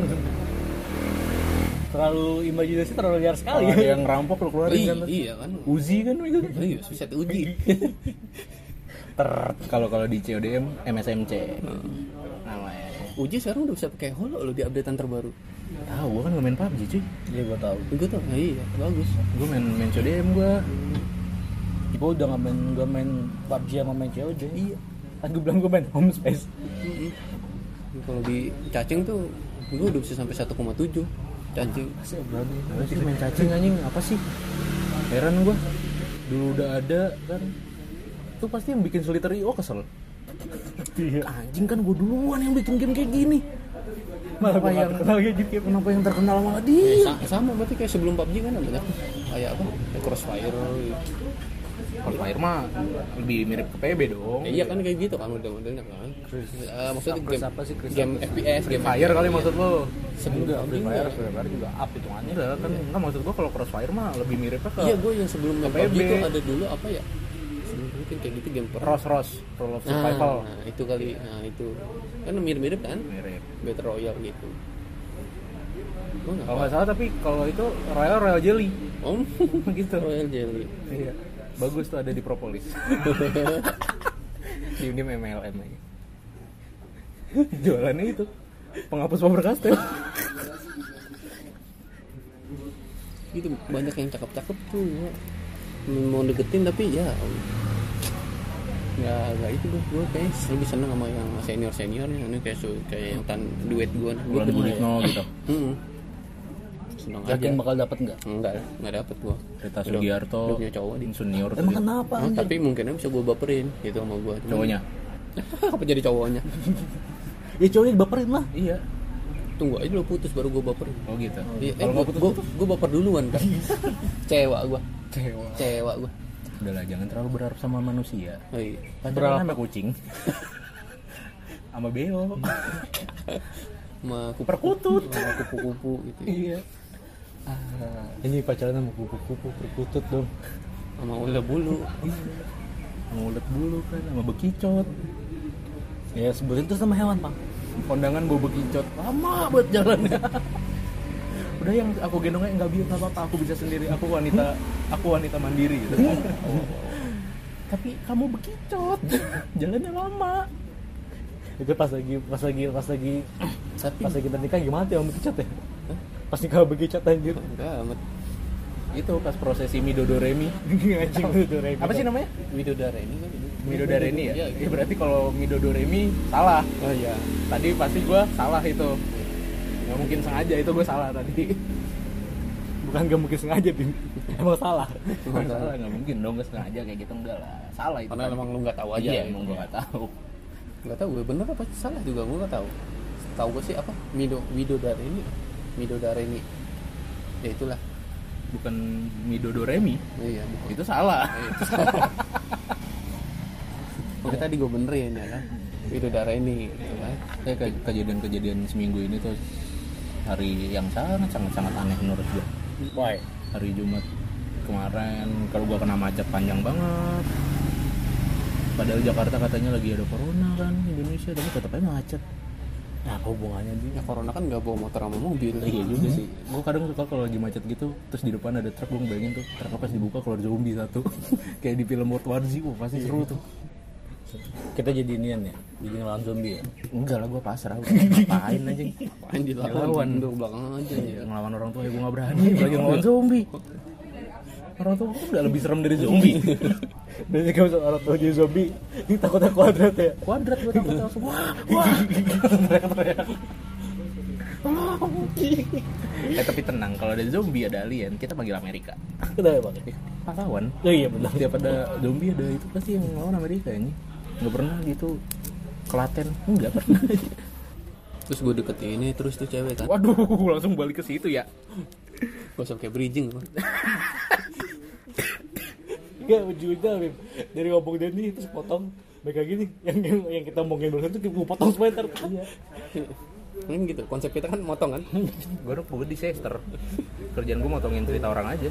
Speaker 3: terlalu imajinasi terlalu liar sekali
Speaker 2: Kalau ada yang rampok lo keluarin
Speaker 1: Iya,
Speaker 2: kan.
Speaker 1: iya kan.
Speaker 2: Uzi kan itu.
Speaker 1: Iya, susah diuji.
Speaker 2: Ter kalau kalau di CODM MSMC. Namanya.
Speaker 1: Uji sekarang udah bisa pakai holo loh di updatean terbaru.
Speaker 2: Tahu gua kan nggak main PUBG cuy.
Speaker 3: iya gua tahu
Speaker 1: Gue tau, nah, iya, bagus.
Speaker 2: Gua main main CODM gua.
Speaker 3: gua udah nggak main gua main PUBG sama main COD iya kan gua bilang gua main home space
Speaker 1: Mm-mm. Kalau di cacing tuh, gue udah bisa sampai 1,7 cacing.
Speaker 3: ya
Speaker 2: Apa sih main cacing anjing apa sih? Heran gua. Dulu udah ada kan. Itu pasti yang bikin solitaire IO kesel.
Speaker 3: iya
Speaker 2: Anjing kan gua duluan yang bikin game kayak gini. Apa
Speaker 3: malah gua nggak
Speaker 2: yang-
Speaker 3: terkenal kayak gitu
Speaker 2: Kenapa yang terkenal malah dia?
Speaker 1: Eh, sa- sama berarti kayak sebelum PUBG kan ada kan? kayak apa kayak crossfire gitu.
Speaker 2: Crossfire mah lebih mirip ke PB dong.
Speaker 1: Ya, iya kan kayak gitu kan model-modelnya kan Eh, maksudnya game, game FPS game
Speaker 2: Fire kali maksud lo?
Speaker 1: sebelum PUBG enggak.
Speaker 2: juga up hitungannya. Enggak kan enggak maksud gua kalau Crossfire mah lebih miripnya ke
Speaker 1: iya gue yang sebelum main
Speaker 2: PB.
Speaker 1: PUBG itu ada dulu apa ya sebelum itu kayak gitu game per
Speaker 2: Ross Ross Roll of
Speaker 1: nah,
Speaker 2: Survival.
Speaker 1: nah, itu kali nah itu kan mirip-mirip kan
Speaker 2: Mirip.
Speaker 1: battle royale gitu gue nggak
Speaker 2: Kalau nggak salah tapi kalau itu Royal Royal Jelly (laughs)
Speaker 1: (laughs) om
Speaker 2: gitu.
Speaker 1: royale jelly
Speaker 2: Iya. Bagus tuh ada di Propolis. (laughs)
Speaker 1: (laughs)
Speaker 2: di Unim MLM aja. (laughs) Jualannya itu penghapus power castle.
Speaker 1: gitu banyak yang cakep-cakep tuh gua mau deketin tapi ya nggak nggak itu gue gue kayak lebih seneng sama yang senior seniornya ini kayak su- kayak yang tan duet gue gue
Speaker 2: (laughs) bulan Buditno (laughs) gitu
Speaker 1: hmm. seneng aja
Speaker 4: Yakin
Speaker 2: Iya.
Speaker 4: bakal dapat nggak?
Speaker 1: enggak nggak dapet gue
Speaker 2: Rita Sugiarto
Speaker 1: udah punya cowok dia.
Speaker 2: senior
Speaker 4: Emang
Speaker 2: tuh dia.
Speaker 4: kenapa?
Speaker 1: Hmm,
Speaker 4: anjing?
Speaker 1: tapi mungkin bisa gue baperin gitu sama gue
Speaker 2: gitu. cowoknya
Speaker 1: (laughs) apa jadi cowoknya
Speaker 4: Ya cowoknya dibaperin lah.
Speaker 2: iya
Speaker 1: tunggu aja lo putus baru gue baperin
Speaker 2: oh gitu
Speaker 1: Iya, eh,
Speaker 2: kalau nggak putus
Speaker 1: gue gue baper duluan kan (laughs) cewa gue cewa gue
Speaker 2: udahlah jangan terlalu berharap sama manusia
Speaker 1: oh, iya.
Speaker 2: pacaran sama kucing (laughs) sama
Speaker 3: (laughs)
Speaker 2: beo
Speaker 1: sama kupu-
Speaker 2: perkutut
Speaker 1: sama kupu-kupu gitu
Speaker 2: iya Ah.
Speaker 3: Ini pacaran sama kupu-kupu berkutut dong.
Speaker 1: sama ular bulu
Speaker 2: sama ulet bulu kan sama bekicot
Speaker 4: Ya sebutin terus sama hewan, Bang.
Speaker 2: kondangan gue bekicot lama buat jalannya (laughs) udah yang aku gendongnya nggak biar nggak apa-apa aku bisa sendiri aku wanita aku wanita mandiri
Speaker 3: (laughs)
Speaker 2: gitu. tapi kamu
Speaker 4: (laughs)
Speaker 2: bekicot jalannya lama
Speaker 3: Itu pas lagi pas lagi pas lagi
Speaker 1: tapi
Speaker 3: pas lagi kita nikah gimana tuh yang begicat ya? Pas nikah begicat anjir.
Speaker 1: enggak amat
Speaker 2: itu pas prosesi midodoremi
Speaker 3: Anjing lu tuh Remi.
Speaker 2: apa sih namanya
Speaker 1: Widodara ini kan
Speaker 2: midodoremi ya
Speaker 1: Iya,
Speaker 2: ya berarti kalau midodoremi salah
Speaker 1: oh iya
Speaker 2: tadi pasti gue salah itu nggak mungkin sengaja itu gue salah tadi
Speaker 3: Bukan gak mungkin sengaja, Bim. Emang salah.
Speaker 2: salah nggak mungkin dong nggak sengaja kayak gitu enggak lah salah itu
Speaker 1: karena
Speaker 2: tadi.
Speaker 1: emang lu nggak tahu aja
Speaker 2: iya
Speaker 1: gitu.
Speaker 2: emang gue nggak tahu
Speaker 1: nggak tahu gue bener apa salah juga gue nggak tahu tahu gue sih apa mido widodara ini midodara ini ya itulah
Speaker 2: bukan midodoremi
Speaker 1: iya bukan iya.
Speaker 2: itu salah
Speaker 1: (laughs) Oke tadi gue benerin ya kan widodara ini gitu kan.
Speaker 2: kayak ke- kejadian-kejadian seminggu ini tuh hari yang sangat sangat sangat aneh menurut gue
Speaker 4: Why?
Speaker 2: hari Jumat kemarin kalau gue kena macet panjang banget padahal Jakarta katanya lagi ada corona kan Indonesia tapi tetap aja macet
Speaker 4: Nah, apa hubungannya dia?
Speaker 1: ya corona kan nggak bawa motor sama mobil
Speaker 2: iya juga sih gue kadang suka kalau lagi macet gitu terus di depan ada truk gue bayangin tuh truk pas dibuka keluar zombie satu (laughs) kayak di film World War Z wah pasti seru tuh
Speaker 4: Kita jadi inian ya. Jadi ngelawan zombie ya.
Speaker 2: enggak lah gue pasrah gua (laughs) ngapain aja
Speaker 1: Apaan dilawan mundur belakang aja ya
Speaker 2: ngelawan orang tua ya gue nggak berani lagi ngelawan zombie orang tua gue udah lebih serem dari zombie
Speaker 3: Dari kamu sama orang tua jadi zombie, ini takutnya kuadrat ya.
Speaker 2: kuadrat gue takut langsung wah wah (laughs) eh, tapi tenang kalau ada zombie ada alien kita panggil Amerika
Speaker 4: Kenapa, Bang?
Speaker 2: pahlawan
Speaker 4: Oh iya benar.
Speaker 2: tiap ada zombie ada itu pasti yang ngelawan Amerika ini nggak pernah gitu Kelaten nggak pernah
Speaker 1: terus gue deket ini terus tuh cewek kan
Speaker 2: waduh langsung balik ke situ ya
Speaker 1: gue sampai kayak bridging gua.
Speaker 3: Enggak, ujungnya Iya, Bim. Dari ngomong Denny terus potong mereka gini yang yang, yang kita omongin barusan tuh gue potong semua ntar iya.
Speaker 1: (laughs) kan gitu konsep kita kan motong kan
Speaker 2: gue udah gue disaster kerjaan gue motongin cerita orang aja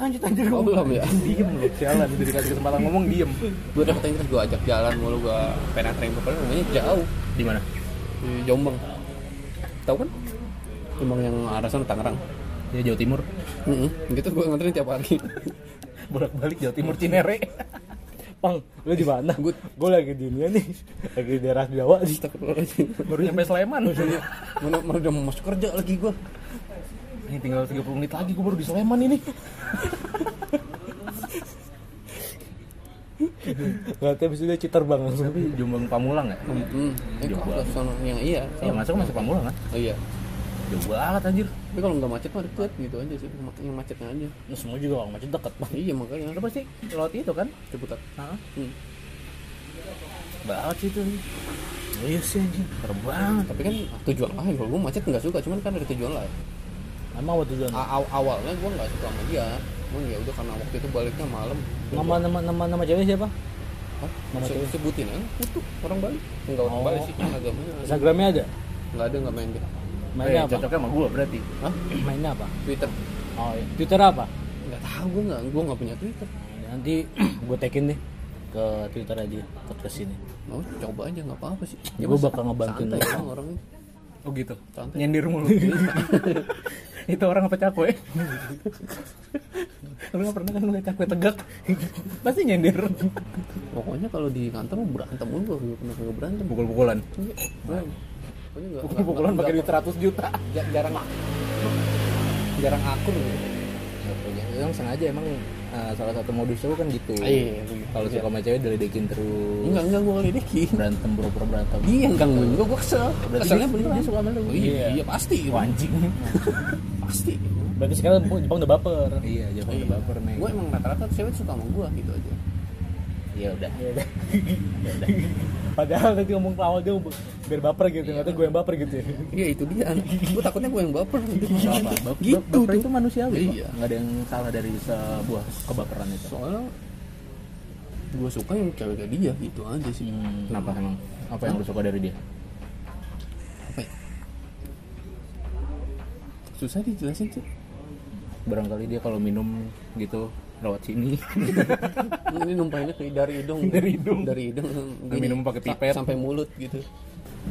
Speaker 3: lanjut anjir
Speaker 1: oh belum ya
Speaker 2: diem lu sialan udah dikasih kesempatan ngomong diem
Speaker 1: gue deketin terus gue ajak jalan mulu gue penetrin pokoknya rumahnya jauh
Speaker 2: di mana
Speaker 1: di Jombang tahu kan Jombang yang arah sana Tangerang
Speaker 2: ya Jawa Timur
Speaker 1: Mm-mm. gitu gue nganterin tiap hari (laughs)
Speaker 2: bolak balik Jawa Timur Cinere
Speaker 3: pang lu di mana
Speaker 1: Gua-
Speaker 3: gue lagi di dunia nih lagi di daerah Jawa di
Speaker 1: Astagfirullahaladzim.
Speaker 2: baru nyampe Sleman
Speaker 1: mana mana udah mau masuk kerja lagi gue
Speaker 2: ini tinggal 30 menit lagi gue baru di Sleman ini
Speaker 3: nggak tahu bisa dia citar bang langsung
Speaker 2: tapi Jombang Pamulang ya
Speaker 1: hmm. eh kok
Speaker 2: Jombang.
Speaker 1: ke sana yang iya
Speaker 2: yang
Speaker 1: sama.
Speaker 2: masuk masuk Pamulang kan
Speaker 1: Oh, iya
Speaker 2: jauh banget anjir
Speaker 1: tapi kalau nggak macet mah deket gitu aja sih yang macetnya aja
Speaker 4: Nah, semua juga orang macet dekat, Bang.
Speaker 1: iya makanya
Speaker 2: lu pasti lewat itu kan
Speaker 1: cepetan hmm.
Speaker 2: banget sih itu
Speaker 4: Iya sih anjing.
Speaker 2: terbang
Speaker 1: tapi kan tujuan lain kalau gue macet nggak suka cuman kan ada tujuan lain
Speaker 4: Emang apa tujuan?
Speaker 1: A- aw- awalnya gue nggak suka sama dia cuman ya udah karena waktu itu baliknya malam
Speaker 4: Nama nama nama nama cewek siapa?
Speaker 1: Hah?
Speaker 4: Nama
Speaker 1: Se-
Speaker 4: cewek?
Speaker 1: sebutin aja kutuk orang Bali enggak orang
Speaker 4: Oh.
Speaker 1: Bali sih agamanya
Speaker 4: Instagramnya ada?
Speaker 1: enggak ada enggak main deh
Speaker 4: Mainnya
Speaker 2: Eh,
Speaker 4: apa?
Speaker 2: cocoknya sama gue berarti
Speaker 1: Hah?
Speaker 4: Mainnya apa?
Speaker 1: Twitter
Speaker 4: Oh, iya. Twitter apa?
Speaker 1: enggak tahu gue enggak gue enggak punya Twitter
Speaker 4: Nanti gue tekin deh ke Twitter aja podcast ini.
Speaker 1: mau coba aja enggak apa-apa sih
Speaker 4: Ya, Gua
Speaker 1: masa-
Speaker 4: bakal ngebantuin
Speaker 1: santai
Speaker 4: lu.
Speaker 1: orang orangnya
Speaker 2: oh gitu
Speaker 1: Santai.
Speaker 2: nyendir mulu itu orang apa cakwe
Speaker 3: eh?
Speaker 2: lu gak pernah kan ngeliat cakwe tegak pasti nyendir
Speaker 1: (laughs) pokoknya kalau di kantor mah berantem mulu gue nggak pernah nggak berantem
Speaker 2: pukul-pukulan
Speaker 1: Pokoknya nggak-
Speaker 2: pukul-pukulan
Speaker 1: nggak-
Speaker 2: pakai
Speaker 1: nggak-
Speaker 2: duit 100 juta
Speaker 1: ja- jarang
Speaker 2: jarang akur Satunya. Iya, Emang sengaja emang eh, salah satu modus cowok kan gitu.
Speaker 3: Ah,
Speaker 1: Iya,
Speaker 2: Kalau suka sama cewek diledekin terus.
Speaker 3: Iya.
Speaker 1: enggak enggak gue ngeledekin
Speaker 2: Berantem pura-pura berantem.
Speaker 1: dia yang gangguin gue gue kesel
Speaker 2: Berarti
Speaker 1: keselnya
Speaker 2: dia-
Speaker 1: beneran
Speaker 2: dia suka sama lu.
Speaker 1: Oh, iya,
Speaker 3: Iya.
Speaker 1: iya pasti
Speaker 2: Anjing.
Speaker 1: pasti
Speaker 3: Berarti sekarang Jepang udah baper.
Speaker 2: iya, jangan udah baper nih.
Speaker 1: gue emang rata-rata cewek suka sama gue gitu aja
Speaker 2: Iya udah. Iya,
Speaker 3: Padahal tadi ngomong ke awal dia biar baper
Speaker 2: Iya.
Speaker 3: gitu, ternyata gue yang baper gitu ya.
Speaker 1: iya itu dia gue takutnya gue yang baper gitu
Speaker 2: Apa?
Speaker 1: gitu
Speaker 2: Bap- Iya. baper
Speaker 1: tuh.
Speaker 2: itu manusiawi. kok.
Speaker 1: Iya.
Speaker 2: Nggak ada yang salah dari sebuah kebaperan itu.
Speaker 1: soalnya gue suka yang cewek kayak dia gitu aja sih
Speaker 2: Hmm, Kenapa emang? Apa yang lu suka dari dia?
Speaker 1: apa ya susah dijelasin
Speaker 2: (laughs)
Speaker 1: sih
Speaker 2: Barangkali dia kalau minum gitu lewat (laughs) sini.
Speaker 1: ini numpainnya kayak dari hidung
Speaker 2: Dari hidung.
Speaker 1: dari hidung gini,
Speaker 2: Minum pakai
Speaker 1: sa-
Speaker 2: pipet.
Speaker 1: sampai mulut gitu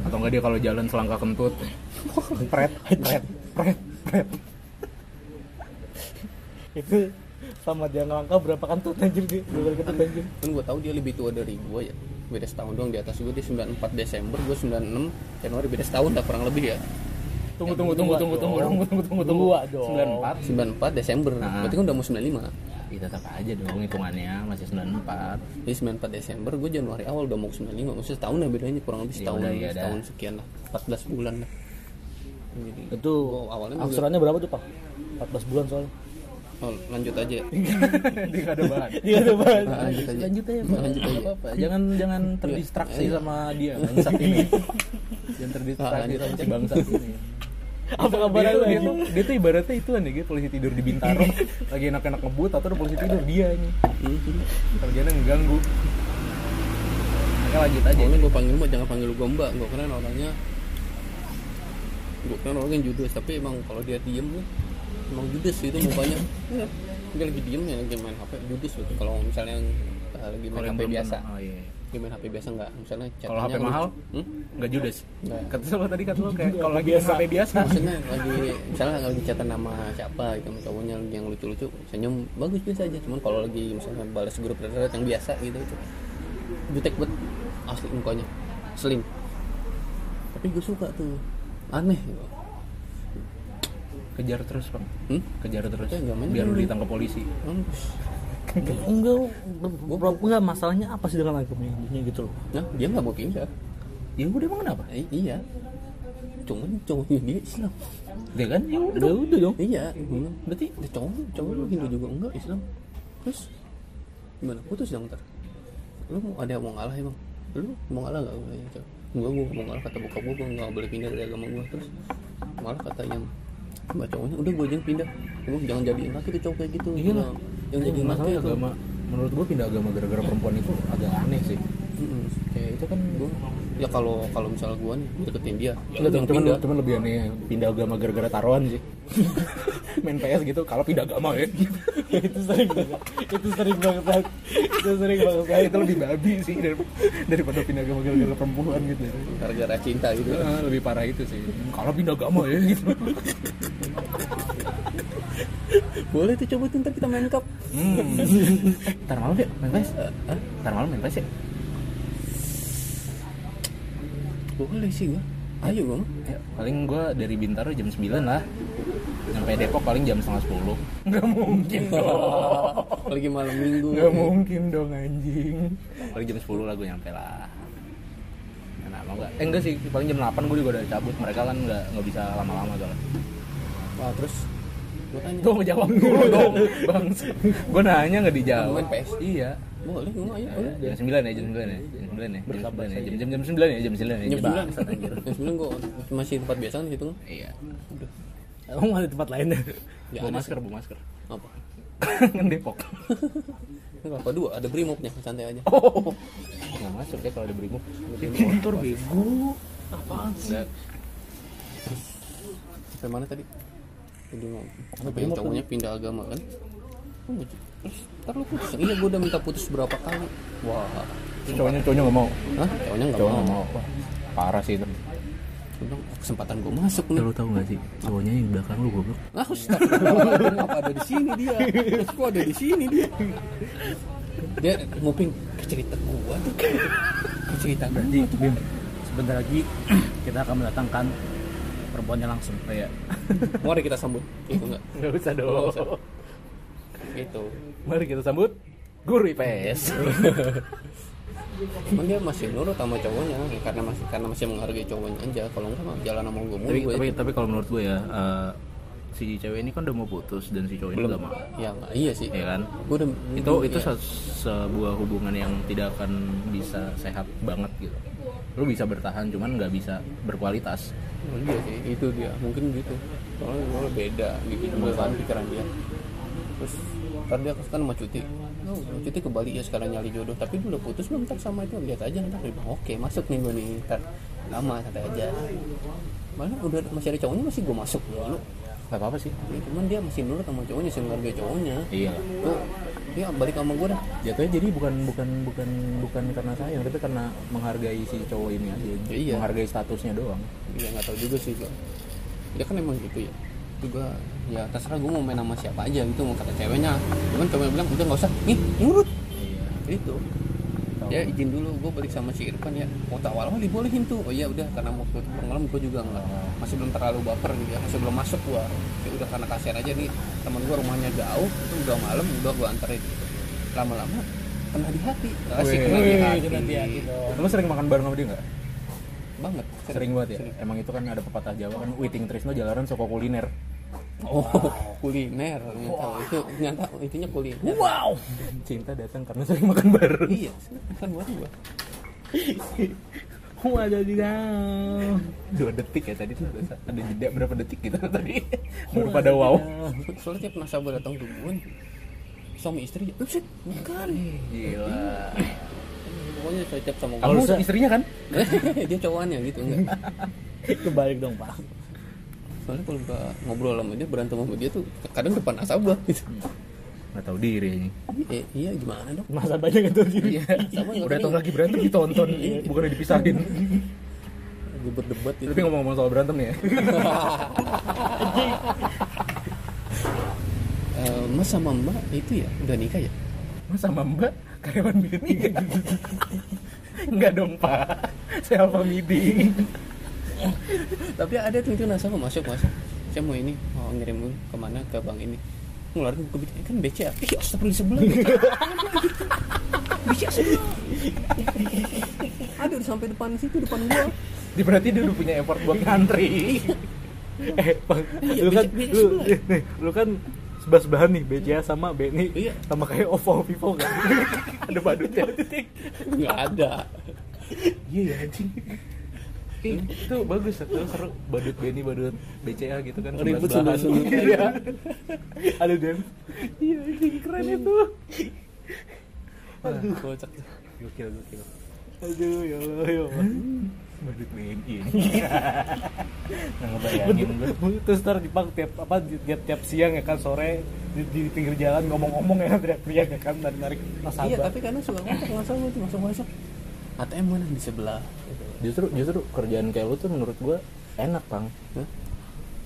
Speaker 2: Atau enggak dia kalau jalan selangkah kentut. Pret, pret, pret, pret.
Speaker 3: Itu sama dia ngelangkah berapa kan kantut anjir dia, berapa kantut anjir.
Speaker 1: kan gue tahu dia lebih tua dari gue ya beda setahun doang di atas gue dia 94 Desember gue 96 Januari beda setahun lah kurang lebih ya
Speaker 2: Tunggu, tunggu, tunggu, tunggu, tunggu, tunggu, tunggu, tunggu, tunggu.
Speaker 3: Dua dong.
Speaker 2: 94.
Speaker 1: 94 Desember
Speaker 3: Ah.
Speaker 2: Nah.
Speaker 1: berarti kan udah mau 95
Speaker 2: Ih, tetap aja dong hitungannya masih 94.
Speaker 1: jadi 94 Desember gue Januari awal udah mau 95 maksudnya setahun lah bedanya kurang
Speaker 3: Iya,
Speaker 1: lebih
Speaker 2: Ya
Speaker 1: setahun
Speaker 2: udah, ya udah.
Speaker 1: setahun sekian lah 14 bulan lah jadi
Speaker 3: Itu
Speaker 1: Oh, awalnya juga-
Speaker 3: aksurannya berapa tuh, Pak? 14 bulan soalnya.
Speaker 1: oh, lanjut aja ya.
Speaker 2: (laughs) Dia nggak ada bahan.
Speaker 3: Iya, ada banget.
Speaker 1: Nah, lanjut aja
Speaker 2: Lanjut aja, Pak.
Speaker 1: Lanjut aja.
Speaker 2: Nggak apa-apa. Jangan jangan terdistraksi sama dia bangsat ini. Jangan terdistraksi sama si bangsat ini.
Speaker 3: Apa kabar
Speaker 2: Dia
Speaker 3: lu
Speaker 2: tuh, dia
Speaker 3: anjing?
Speaker 2: tuh, dia tuh ibaratnya itu aneh gitu polisi tidur di
Speaker 3: (laughs)
Speaker 2: Bintaro. Lagi enak-enak ngebut atau ada polisi tidur dia ini.
Speaker 3: Mhm.
Speaker 2: Kerjanya mengganggu. Maka lanjut aja.
Speaker 1: Pokoknya gue panggil mbak, jangan panggil gue mbak Gue keren orangnya Gue keren orangnya judes Tapi emang kalau dia diem nih Emang judes sih itu mukanya Iya. Dia lagi diem ya, lagi main HP Judes gitu Kalau misalnya eh, lagi main HP biasa
Speaker 2: Oh iya.
Speaker 1: Lagi main HP biasa nggak Misalnya
Speaker 2: Kalau
Speaker 1: chatnya
Speaker 2: HP
Speaker 1: ngelucu.
Speaker 2: mahal?
Speaker 1: Hmm?
Speaker 2: Enggak judes.
Speaker 1: Nggak.
Speaker 2: Kata lo tadi kata lo kayak kalau lagi
Speaker 3: Biasa.
Speaker 2: HP biasa.
Speaker 1: Maksudnya lagi Misalnya lagi chatan nama siapa gitu sama cowoknya yang lucu-lucu Senyum bagus biasa aja Cuman kalau lagi misalnya balas grup darat yang biasa gitu itu Jutek bet Asli mukanya Slim Tapi gue suka tuh Aneh gitu
Speaker 2: (laughs) Kejar terus, Bang.
Speaker 1: Hmm?
Speaker 2: Kejar terus.
Speaker 1: Eh, nggak main
Speaker 2: Biar lu
Speaker 1: dulu.
Speaker 2: ditangkap polisi.
Speaker 1: Mampus.
Speaker 3: Enggak, enggak, enggak, masalahnya apa sih dengan agamanya intinya gitu loh.
Speaker 1: Nah, dia nggak mau pindah.
Speaker 2: Ya udah emang kenapa?
Speaker 1: Eh, iya. Cuman cowoknya dia Islam.
Speaker 2: Ya kan? Ya udah.
Speaker 3: Ya udah dong.
Speaker 1: Iya, gua bilang, berarti ada cowok, cowok lu Hindu juga enggak Islam. Terus gimana? Putus dong ntar. Lu mau ada yang mau ngalah emang? Lu mau ngalah nggak? Gue gitu. Enggak, gue mau ngalah kata bokap gue, gue nggak boleh pindah dari agama gue. Terus malah katanya sama cowoknya, udah gue aja yang pindah. Emang jangan jadiin laki tuh cowok kayak gitu.
Speaker 2: Iya lah.
Speaker 1: Yang jadiin laki
Speaker 2: masalah
Speaker 1: itu.
Speaker 2: agama menurut gua pindah agama gara-gara perempuan itu agak aneh sih.
Speaker 1: Mm-mm.
Speaker 2: Kayak itu kan gua
Speaker 1: Ya kalau kalau misal gue nih deketin dia, ya
Speaker 2: Enggak,
Speaker 1: udah
Speaker 2: cuman, cuman,
Speaker 1: pindah.
Speaker 2: cuman lebih aneh pindah agama gara-gara taruhan sih. (laughs) Main PS gitu kalau pindah agama (laughs) ya.
Speaker 3: itu sering banget. Itu sering banget. Pak. Itu sering banget. Pak.
Speaker 2: itu lebih babi sih darip- daripada pindah agama gara-gara perempuan gitu.
Speaker 1: gara-gara cinta gitu
Speaker 2: Eh, lebih parah itu sih. Kalau pindah agama ya gitu.
Speaker 1: boleh tuh coba tuh ntar kita main cup Eh,
Speaker 2: Hmm. Eh, Ntar malam ya main PS. Hah? Ntar malam main PS ya.
Speaker 1: boleh sih gua ayo gua
Speaker 2: Ya, paling gue dari Bintaro jam 9 lah Sampai Depok paling jam setengah 10 Gak mungkin (laughs)
Speaker 1: lagi malam minggu
Speaker 2: mungkin dong anjing Paling jam 10 lah gue nyampe lah Nah, mau gak? Eh enggak sih, paling jam 8 gue juga udah cabut Mereka kan gak, nggak bisa lama-lama soalnya
Speaker 1: Wah, terus gua tanya
Speaker 2: Gue ngejawab dulu dong Bang, gue nanya gak dijawab
Speaker 1: Main PS?
Speaker 2: Iya
Speaker 1: boleh gua ayo ayo
Speaker 2: Jam 9 ya, jam 9 ya Jam 9 ya, jam 9 ya Jam, jam, jam 9 ya, jam
Speaker 1: jam
Speaker 2: 9 ya
Speaker 1: sembilan
Speaker 2: Bangsat, anjir.
Speaker 1: jam sembilan gua masih tempat biasa nih hitung
Speaker 2: Iya
Speaker 3: Emang ada tempat lain ya?
Speaker 1: Ya,
Speaker 2: Bawa
Speaker 1: ada
Speaker 2: masker, bawa masker (laughs)
Speaker 1: apa
Speaker 2: Kan (laughs) Depok
Speaker 1: ini kelapa dua ada brimobnya santai aja
Speaker 2: Oh. Nggak masuk ya kalau ada brimob.
Speaker 3: Kantor
Speaker 2: gitu.
Speaker 3: bego. Apaan sih?
Speaker 1: sampai mana tadi jadi mau apa yang cowoknya pindah agama kan Oh, terus ntar lu putus iya gua udah minta putus berapa kali wah
Speaker 2: Terus cowoknya cowoknya nggak mau.
Speaker 1: Hah? cowoknya nggak
Speaker 2: Cowoknya
Speaker 1: mau
Speaker 2: nggak mau. Wah, parah sih itu.
Speaker 1: Gua bilang, "Oh, kesempatan gua masuk nih
Speaker 2: Lo tau gak sih cowoknya yang belakang lu goblok.
Speaker 1: Nah, astagfirullahaladzim, (laughs) apa ada di sini dia? Terus kok ada di sini dia? Dia nguping ke cerita gua tuh. Ke cerita gua.
Speaker 3: Bim, sebentar lagi kita akan mendatangkan perempuannya langsung
Speaker 2: Iya.
Speaker 1: Mari kita sambut. Itu enggak.
Speaker 2: Nggak usah dong.
Speaker 1: Nggak usah. Gitu.
Speaker 2: Mari kita sambut guru (laughs) IPS.
Speaker 1: Emang dia masih nurut sama cowoknya ya, karena masih karena masih menghargai cowoknya aja. Kalau enggak mah jalan sama gue mulu
Speaker 2: tapi,
Speaker 1: gue
Speaker 2: tapi,
Speaker 1: itu.
Speaker 2: tapi kalau menurut gue ya, eh, si cewek ini kan udah mau putus dan si cowok ini udah mau.
Speaker 1: Ya enggak, iya sih.
Speaker 2: Iya kan?
Speaker 1: Gue udah
Speaker 2: itu itu
Speaker 1: iya.
Speaker 2: se- sebuah hubungan yang tidak akan bisa sehat banget gitu lu bisa bertahan cuman nggak bisa berkualitas
Speaker 1: Oh, Iya sih, itu dia. Mungkin gitu. Soalnya soalnya beda gitu juga kan pikiran dia. Terus ntar dia kan mau cuti. Oh, mau cuti ke Bali ya sekarang nyari jodoh. Tapi dulu udah putus belum ntar sama itu lihat aja ntar dia bilang, oke masuk nih gue nih ntar lama santai aja. Malah udah masih ada cowoknya masih gue masuk dulu.
Speaker 2: nggak apa apa sih
Speaker 1: Ya, cuman dia masih nurut sama cowoknya, sih menghargai cowoknya.
Speaker 2: iya
Speaker 1: Tuh, dia balik sama gue dah.
Speaker 2: jatuhnya jadi bukan bukan bukan bukan karena sayang tapi karena menghargai si cowok ini aja
Speaker 1: Ya, iya.
Speaker 2: menghargai statusnya doang
Speaker 1: Ya nggak tahu juga sih gua. Dia kan emang gitu ya. Itu gua ya terserah gua mau main sama siapa aja gitu mau kata ceweknya. Cuman cowoknya bilang udah nggak usah. Nih nurut.
Speaker 2: iya
Speaker 1: Itu. Ya izin dulu gua balik sama si Irfan ya. Waktu awal awal dibolehin tuh. Oh iya udah karena waktu itu pengalaman gua juga nggak masih belum terlalu baper gitu ya. Masih belum masuk gua. Ya udah karena kasihan aja nih teman gua rumahnya jauh. Itu udah malam udah gua anterin. Lama-lama kena di hati. Asik kena di
Speaker 3: Wih,
Speaker 1: hati.
Speaker 3: kena di hati dong.
Speaker 2: Iya. kamu sering makan bareng sama dia nggak
Speaker 1: Banget.
Speaker 2: sering banget ya emang itu kan ada pepatah Jawa kan witing tresno jalaran soko kuliner
Speaker 1: Oh, kuliner. Ternyata itu ternyata intinya kuliner.
Speaker 2: wow cinta datang karena sering makan bareng
Speaker 1: Iya, kan buat gua.
Speaker 3: Waduh, tidak.
Speaker 2: dua detik ya tadi tuh ada ada jeda berapa detik gitu (laughs) tadi baru pada wow
Speaker 1: Soalnya tiap nasabah datang ke gua, suami istri, "Eh, sih, bukan.
Speaker 2: gila
Speaker 1: Pokoknya saya tiap sama
Speaker 2: kamu
Speaker 1: gua.
Speaker 2: istrinya kan
Speaker 1: (laughs) Dia cowokannya gitu enggak.
Speaker 3: (laughs) Kebalik dong, Pak.
Speaker 1: Soalnya kalau gua ngobrol sama dia, berantem sama dia tuh kadang depan nasabah gitu.
Speaker 2: nggak tahu diri ini
Speaker 1: Eh, iya gimana dong? Iya,
Speaker 3: Masa banyak itu diri.
Speaker 1: Sama
Speaker 2: udah tau lagi berantem ditonton bukan dipisahin
Speaker 1: gue berdebat gitu.
Speaker 2: tapi ngomong-ngomong soal berantem nih ya (laughs)
Speaker 1: Eh, mas sama Mbak itu ya udah nikah ya?
Speaker 2: mas sama mbak karyawan bini Enggak dong pak saya alpha midi
Speaker 1: tapi ada tuh itu nasabah masuk masuk saya mau ini mau ngirim dulu kemana ke bank ini ngeluarin ke BCA kan BCA ih astagfirullah sebelah gitu. BCA sebelah ada udah sampai depan situ depan gua
Speaker 2: Di- berarti dia udah punya effort buat ngantri
Speaker 3: (laughs) Eh, Bang,
Speaker 1: Iya,
Speaker 3: lu kan
Speaker 1: bijak- bijak
Speaker 3: lu,
Speaker 1: sebelah.
Speaker 3: nih, lu kan sebas-bahan nih BCA sama Beni
Speaker 1: Iya.
Speaker 3: sama kayak OVO Vivo kan.
Speaker 2: ada badutnya
Speaker 1: nggak ada
Speaker 2: iya ya anjing Ih, itu bagus itu seru badut Benny badut BCA gitu kan
Speaker 3: Ribut
Speaker 2: sebelah-sebelahan.
Speaker 3: sebelah-sebelah.
Speaker 2: Iya.
Speaker 3: Aduh, Dem. Iya, anjing, keren itu.
Speaker 1: aduh kocak
Speaker 2: gokil gokil
Speaker 3: Aduh, ya Allah, ya Allah.
Speaker 2: badut BNI ini (laughs) nggak ngebayangin gue
Speaker 3: Terus ntar di Bang, tiap apa di- tiap, tiap siang ya kan sore di, di pinggir jalan ngomong-ngomong ya (laughs) teriak-teriak ya kan dan narik
Speaker 1: iya
Speaker 3: nasabah.
Speaker 1: tapi kadang suka ngomong nasabah tuh masuk masuk ATM mana di sebelah
Speaker 2: justru justru kerjaan kayak lu tuh menurut gue enak bang
Speaker 1: Hah?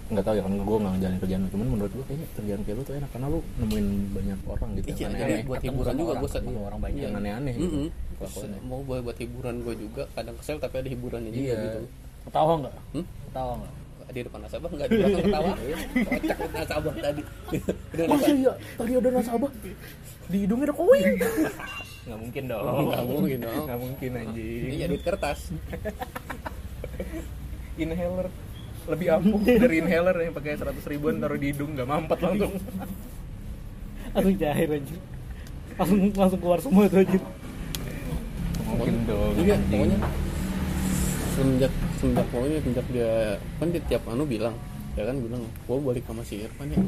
Speaker 2: nggak tahu ya kan gue nggak ngejalanin kerjaan lu cuman menurut gue kayaknya kerjaan kayak lu tuh enak karena lu nemuin banyak orang gitu
Speaker 1: Iya,
Speaker 2: yang
Speaker 1: jadi
Speaker 2: aneh-aneh.
Speaker 1: buat
Speaker 2: Ketemu
Speaker 1: hiburan
Speaker 2: sama
Speaker 1: juga,
Speaker 2: orang,
Speaker 1: gua se-
Speaker 2: ketemu orang banyak
Speaker 1: iya.
Speaker 2: yang aneh-aneh gitu
Speaker 1: Mm-mm.
Speaker 2: kelakuannya.
Speaker 1: mau buat buat hiburan gua juga kadang kesel tapi ada hiburannya juga
Speaker 2: Iya.
Speaker 1: gitu
Speaker 3: Ketawa enggak?
Speaker 1: Hmm?
Speaker 3: Ketawa enggak?
Speaker 1: di depan nasabah nggak di
Speaker 2: (laughs)
Speaker 1: belakang ketawa kocak nasabah tadi udah
Speaker 2: Masa
Speaker 1: nasabah
Speaker 2: iya tadi ada nasabah di hidungnya ada koin Oh, nggak mungkin dong
Speaker 1: nggak mungkin dong
Speaker 2: nggak mungkin anjing
Speaker 1: Iya duit kertas.
Speaker 2: inhaler lebih ampuh dari inhaler yang pakai seratus ribuan taruh di hidung nggak mampet langsung
Speaker 3: Langsung cair anjir. Langsung langsung keluar semua itu anjir.
Speaker 2: mungkin dong
Speaker 1: Iya, pokoknya semenjak semenjak pokoknya semenjak dia kan dia tiap anu bilang ya kan bilang gua balik sama si Irfan ya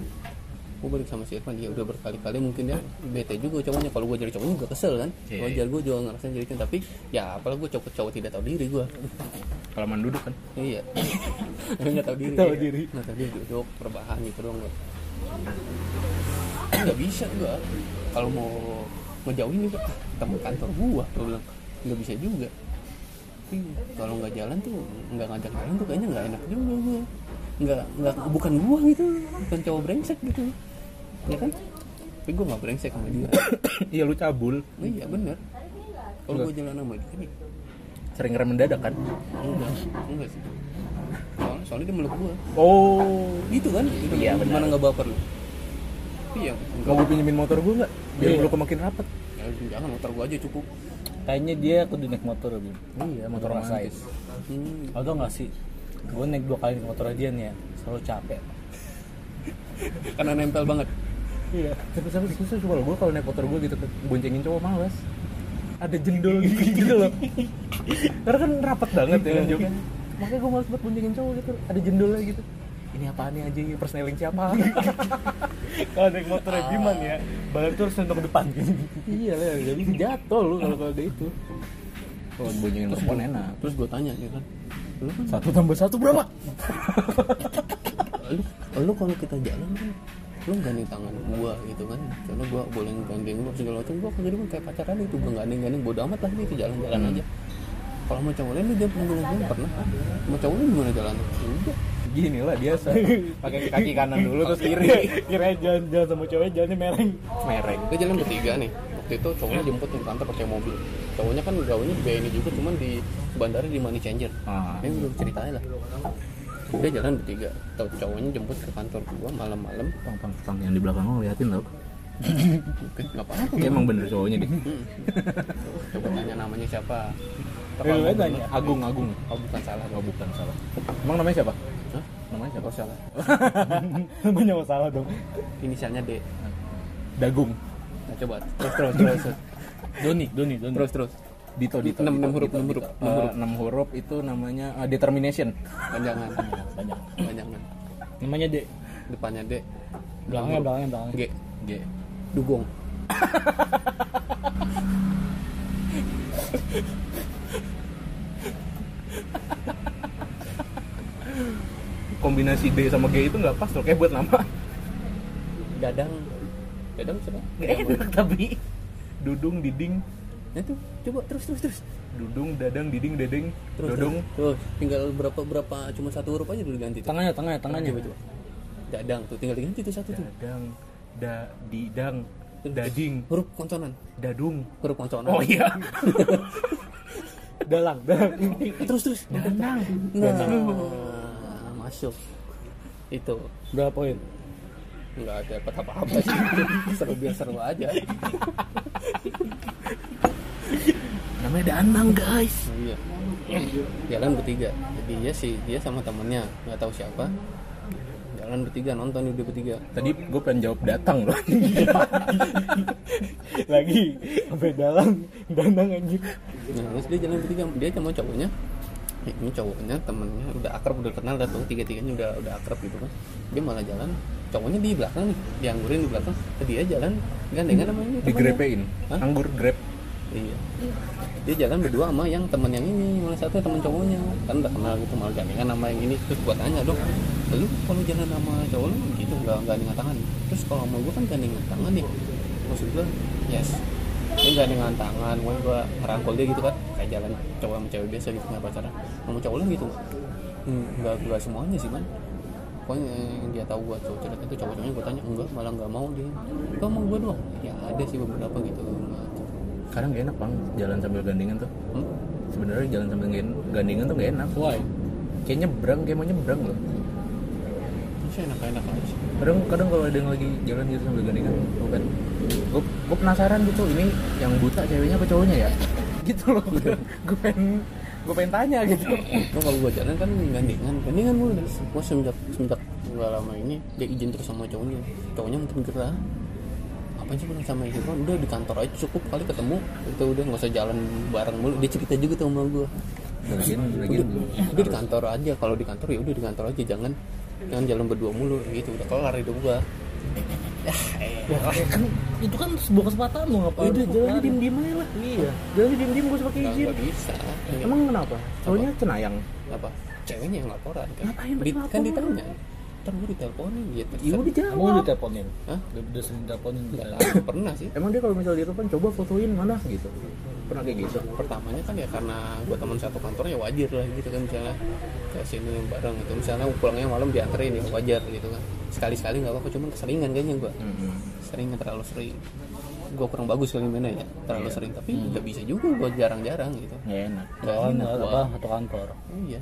Speaker 1: gua balik sama si Irfan ya udah berkali-kali mungkin dia bete juga cowoknya kalau gua jadi cowoknya juga kesel kan
Speaker 2: Iya,
Speaker 1: wajar gua juga ngerasain jadi kan tapi ya apalagi gua cowok cowok tidak tahu diri gua
Speaker 2: kelamaan duduk kan
Speaker 3: (laughs)
Speaker 1: iya nggak tahu diri
Speaker 3: Tahu
Speaker 1: Iya.
Speaker 3: diri.
Speaker 1: nggak tahu diri duduk perbahan gitu dong gua nggak bisa gua kalau mau ngejauhin juga ah, teman kantor gua gua bilang nggak bisa juga Tapi kalau nggak jalan tuh nggak ngajak jalan tuh kayaknya nggak enak juga gua nggak nggak bukan gua gitu bukan cowok brengsek gitu ya kan tapi gua nggak brengsek sama
Speaker 3: (laughs)
Speaker 1: dia
Speaker 2: (coughs) iya lu cabul
Speaker 1: oh, iya bener kalau gua jalan sama dia nih
Speaker 2: sering rem mendadak kan
Speaker 1: enggak enggak sih soalnya soalnya dia meluk gua
Speaker 2: Oh,
Speaker 1: gitu kan gitu
Speaker 4: Iya,
Speaker 1: kan.
Speaker 4: benar.
Speaker 1: gimana nggak baper lu iya
Speaker 2: mau gue pinjemin motor gue nggak? Biar
Speaker 4: Iya.
Speaker 2: lu makin rapat.
Speaker 1: Ya, jangan motor gua aja cukup
Speaker 4: Kayaknya dia kudu naik motor Bim.
Speaker 2: Iya, motor
Speaker 4: Motor
Speaker 2: romantis.
Speaker 4: rasain.
Speaker 1: hmm.
Speaker 4: Tau tau gak sih? Gue naik dua kali naik motor dia nih ya, selalu capek.
Speaker 1: karena nempel banget
Speaker 2: Iya. Tapi sampai susah cuma gue kalau naik motor gue gitu ke- boncengin cowok males. Ada jendol gitu, gitu
Speaker 3: (laughs)
Speaker 2: loh. Karena kan rapat banget ya kan
Speaker 3: Iya.
Speaker 2: joknya. Makanya gue males buat boncengin cowok gitu. Ada jendolnya gitu. Ini apaan nih aja? Persneling siapa?
Speaker 3: (laughs) Kalau naik motornya gimana ya? Badan tuh harus nonton ke depan.
Speaker 2: iya lah, jadi jatuh lu kalau gitu. kalau ada itu. Kalau boncengin perempuan enak.
Speaker 1: terus gua tanya ya kan lu kan
Speaker 2: Satu tambah satu berapa?
Speaker 1: lu, lu kalau kita jalan kan lu gandeng tangan gua gitu kan karena gua boleh gandeng gua segala macam gua jadi kan kayak pacaran itu gua gandeng gandeng bodo amat lah itu jalan-jalan aja kalau mau cowok lain lu dia pernah bilang, gua pernah mau cowok lain gimana jalan udah
Speaker 2: Gini lah biasa. Pakai kaki kanan dulu terus kiri.
Speaker 3: Kira jalan-jalan sama cewek jalannya mereng.
Speaker 2: Mereng.
Speaker 1: kita jalan bertiga nih waktu itu cowoknya jemput di kantor pakai mobil cowoknya kan gawennya di BNI juga cuman di bandara di money changer
Speaker 2: Ah.
Speaker 1: ini belum ceritain lah udah jalan bertiga Tahu cowoknya jemput ke kantor gua malam-malam
Speaker 2: Tang, tang, tang. Yang di belakang lo ngeliatin lo.
Speaker 1: oke nggak apa-apa
Speaker 2: Dia emang bener cowoknya deh.
Speaker 1: coba tanya namanya siapa Ntar
Speaker 2: Iya,
Speaker 3: Lu
Speaker 1: kalau
Speaker 3: tanya.
Speaker 2: Agung, Agung.
Speaker 1: Oh bukan salah
Speaker 2: Oh bukan salah. Emang namanya siapa?
Speaker 1: Hah?
Speaker 2: Namanya siapa?
Speaker 1: Oh
Speaker 2: (laughs)
Speaker 1: salah
Speaker 3: Namanya masalah dong.
Speaker 1: Inisialnya D
Speaker 2: Dagung.
Speaker 1: Nah coba Terus terus terus terus.
Speaker 4: Doni, Doni, Doni.
Speaker 1: Terus terus
Speaker 2: Dito, Dito.
Speaker 1: Enam-
Speaker 2: Dito,
Speaker 1: enam huruf,
Speaker 2: Dito,
Speaker 1: enam
Speaker 2: Dito.
Speaker 1: huruf,
Speaker 2: Eh,
Speaker 1: enam huruf.
Speaker 2: enam huruf itu namanya eh, determination.
Speaker 1: Panjangan
Speaker 4: Banyak.
Speaker 1: Panjangan
Speaker 4: Namanya D.
Speaker 1: Depannya D
Speaker 4: Belakangnya, belakangnya, belakangnya.
Speaker 1: G
Speaker 2: G.
Speaker 1: Dugong
Speaker 2: Kombinasi D sama G itu nggak pas loh, kayak buat nama.
Speaker 1: Dadang Dadang siapa?
Speaker 2: Eh, tapi Dudung, Diding,
Speaker 1: Nah itu coba terus terus terus
Speaker 2: Dudung, Dadang, Diding, Dedeng,
Speaker 1: terus
Speaker 2: Dodong,
Speaker 1: terus, terus. tinggal berapa berapa cuma satu huruf aja dulu ganti tuh.
Speaker 4: Tangannya, tangannya, tangannya.
Speaker 1: coba coba dadang tuh tinggal diganti tuh satu tuh
Speaker 2: Dadang, Da, Didang,
Speaker 1: Terus.
Speaker 2: Dading,
Speaker 1: huruf konsonan
Speaker 2: Dadung.
Speaker 1: huruf konsonan
Speaker 2: Oh iya.
Speaker 3: (laughs) Dalang, dalang.
Speaker 1: Nah, terus terus
Speaker 2: Danang.
Speaker 1: nah masuk itu
Speaker 3: Berapa poin?
Speaker 1: nggak ada dapat apa-apa (laughs) sih seru biar seru aja
Speaker 2: Namanya Danang guys.
Speaker 1: iya jalan bertiga jadi dia si dia sama temennya nggak tahu siapa jalan bertiga nonton udah bertiga
Speaker 2: Tadi gue pengen jawab datang loh.
Speaker 3: (laughs) Lagi sampai dalang, danang anjir.
Speaker 1: Nah, terus dia jalan bertiga, dia sama cowoknya. Eh, Ini cowoknya temennya udah akrab udah kenal dah tuh tiga tiganya udah udah akrab gitu kan dia malah jalan cowoknya di belakang nih dianggurin di belakang dia jalan gandengan sama ini temennya.
Speaker 2: Digrepein.
Speaker 1: Hah?
Speaker 2: Anggur grep.
Speaker 1: iya dia jalan berdua sama yang temen yang ini malah satu temen cowoknya kan udah kenal gitu malah gandengan sama yang ini terus gua tanya dong lu kalau jalan sama cowok lu gitu nggak gandengan tangan terus kalau sama gua kan gandengan tangan nih maksud gua yes dia gandengan tangan gua gua ngerangkul dia gitu kan kayak jalan cowok sama cewek biasa gitu nggak pacaran sama cowok lu gitu Hmm, nggak nggak semuanya sih man pokoknya yang dia tahu gua cowok cerita itu cowok-cowoknya gua tanya enggak malah nggak mau dia "Lu sama gua doang ya ada sih beberapa gitu
Speaker 2: Kadang gak enak bang jalan sambil gandengan tuh.
Speaker 1: Hmm?
Speaker 2: sebenarnya jalan sambil gen- gandengan tuh gak enak why kayak nyebrang kayak mau nyebrang loh
Speaker 1: Masih enak-enak aja sih.
Speaker 2: kadang kadang kalau ada yang lagi jalan gitu sambil gandengan gue kan gue gue penasaran gitu ini yang buta ceweknya apa cowoknya ya (laughs) gitu loh
Speaker 4: (laughs)
Speaker 2: gue pengen gue pengen tanya gitu
Speaker 1: Lo kalau gua jalan kan gandengan, gandengan mulu deh. Gua semenjak semenjak nggak lama ini dia izin terus sama cowoknya. Cowoknya mungkin gerah. Apa sih pernah sama itu kan udah di kantor aja cukup kali ketemu itu udah nggak usah jalan bareng mulu dia cerita juga tuh sama gua
Speaker 2: lagian
Speaker 1: udah, udah di kantor aja kalau di kantor ya udah di kantor aja jangan jangan jalan berdua mulu gitu udah kelar hidup gua
Speaker 4: Kan, itu kan sebuah kesempatan lo
Speaker 2: Iya,
Speaker 4: ngapain?
Speaker 3: Udah jalannya diem-diem aja lah. Iya. Jalannya diem-diem gue pakai
Speaker 1: nggak
Speaker 3: izin.
Speaker 1: nggak bisa
Speaker 2: emang kenapa cowoknya cenayang
Speaker 1: apa ceweknya yang laporan kan
Speaker 2: Ngapain
Speaker 1: Di-
Speaker 2: lapor?
Speaker 1: kan ditanya ntar gua diteleponin ya terus
Speaker 2: iya udah
Speaker 4: Kamu udah
Speaker 2: jawab
Speaker 4: teleponin.
Speaker 1: Hah?
Speaker 4: Udah, udah sering teleponin.
Speaker 1: nggak tahu, pernah sih
Speaker 2: emang dia kalau misalnya dia telepon coba fotoin mana gitu pernah kayak gitu
Speaker 1: pertamanya kan ya karena gue teman satu kantor ya wajar lah gitu kan misalnya ke sini bareng gitu misalnya pulangnya malam dianterin ya wajar gitu kan sekali sekali nggak apa-apa cuman keseringan kayaknya gue
Speaker 4: Hmm.
Speaker 1: seringnya terlalu sering gue kurang bagus kali mainnya ya
Speaker 4: Iya.
Speaker 1: terlalu sering tapi
Speaker 4: Hmm.
Speaker 1: nggak bisa juga gue jarang-jarang gitu
Speaker 2: Gak enak
Speaker 1: Nggak
Speaker 4: Lawan
Speaker 1: enak
Speaker 4: apa?
Speaker 1: gua.
Speaker 4: Atau kantor.
Speaker 1: iya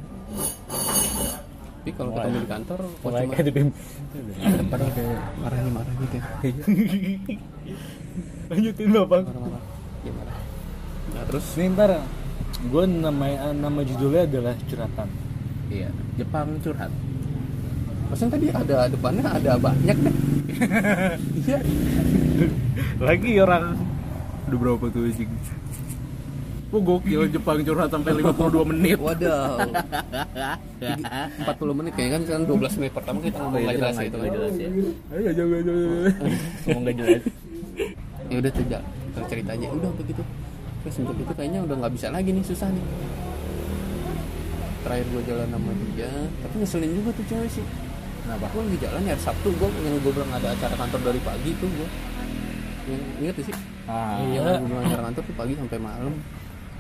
Speaker 1: tapi kalau ketemu di kantor kok
Speaker 4: Mulai
Speaker 1: cuma
Speaker 4: kayak di BIM.
Speaker 1: padahal kayak marah nih marah gitu ya
Speaker 4: (laughs) Lanjutin lo bang.
Speaker 1: marah marah ya marah nah terus
Speaker 4: Nih ntar gue nama nama judulnya adalah curhatan.
Speaker 1: iya Jepang curhat Pesan tadi ada depannya ada banyak deh iya
Speaker 4: Lagi orang
Speaker 2: Udah berapa tuh anjing? Wah gokil Jepang curhat sampai 52 menit.
Speaker 1: (laughs) Waduh. 40 menit kayaknya kan sekarang 12 menit pertama kita ngomong nggak jelas ya, itu nggak jelas (laughs) ya.
Speaker 2: Ayo jangan jangan.
Speaker 4: ngomong gak jelas.
Speaker 1: Ya udah tuh Jak. Terus ceritanya udah begitu. Terus untuk itu kayaknya udah nggak bisa lagi nih susah nih. Terakhir gue jalan sama dia, tapi ngeselin juga tuh cewek sih.
Speaker 2: Kenapa?
Speaker 1: Gue lagi jalan ya Sabtu gue yang gue bilang ada acara kantor dari pagi tuh gue. Yang inget nggak sih?
Speaker 2: Ah,
Speaker 1: Iya. Gue bilang acara kantor tuh pagi sampai malam.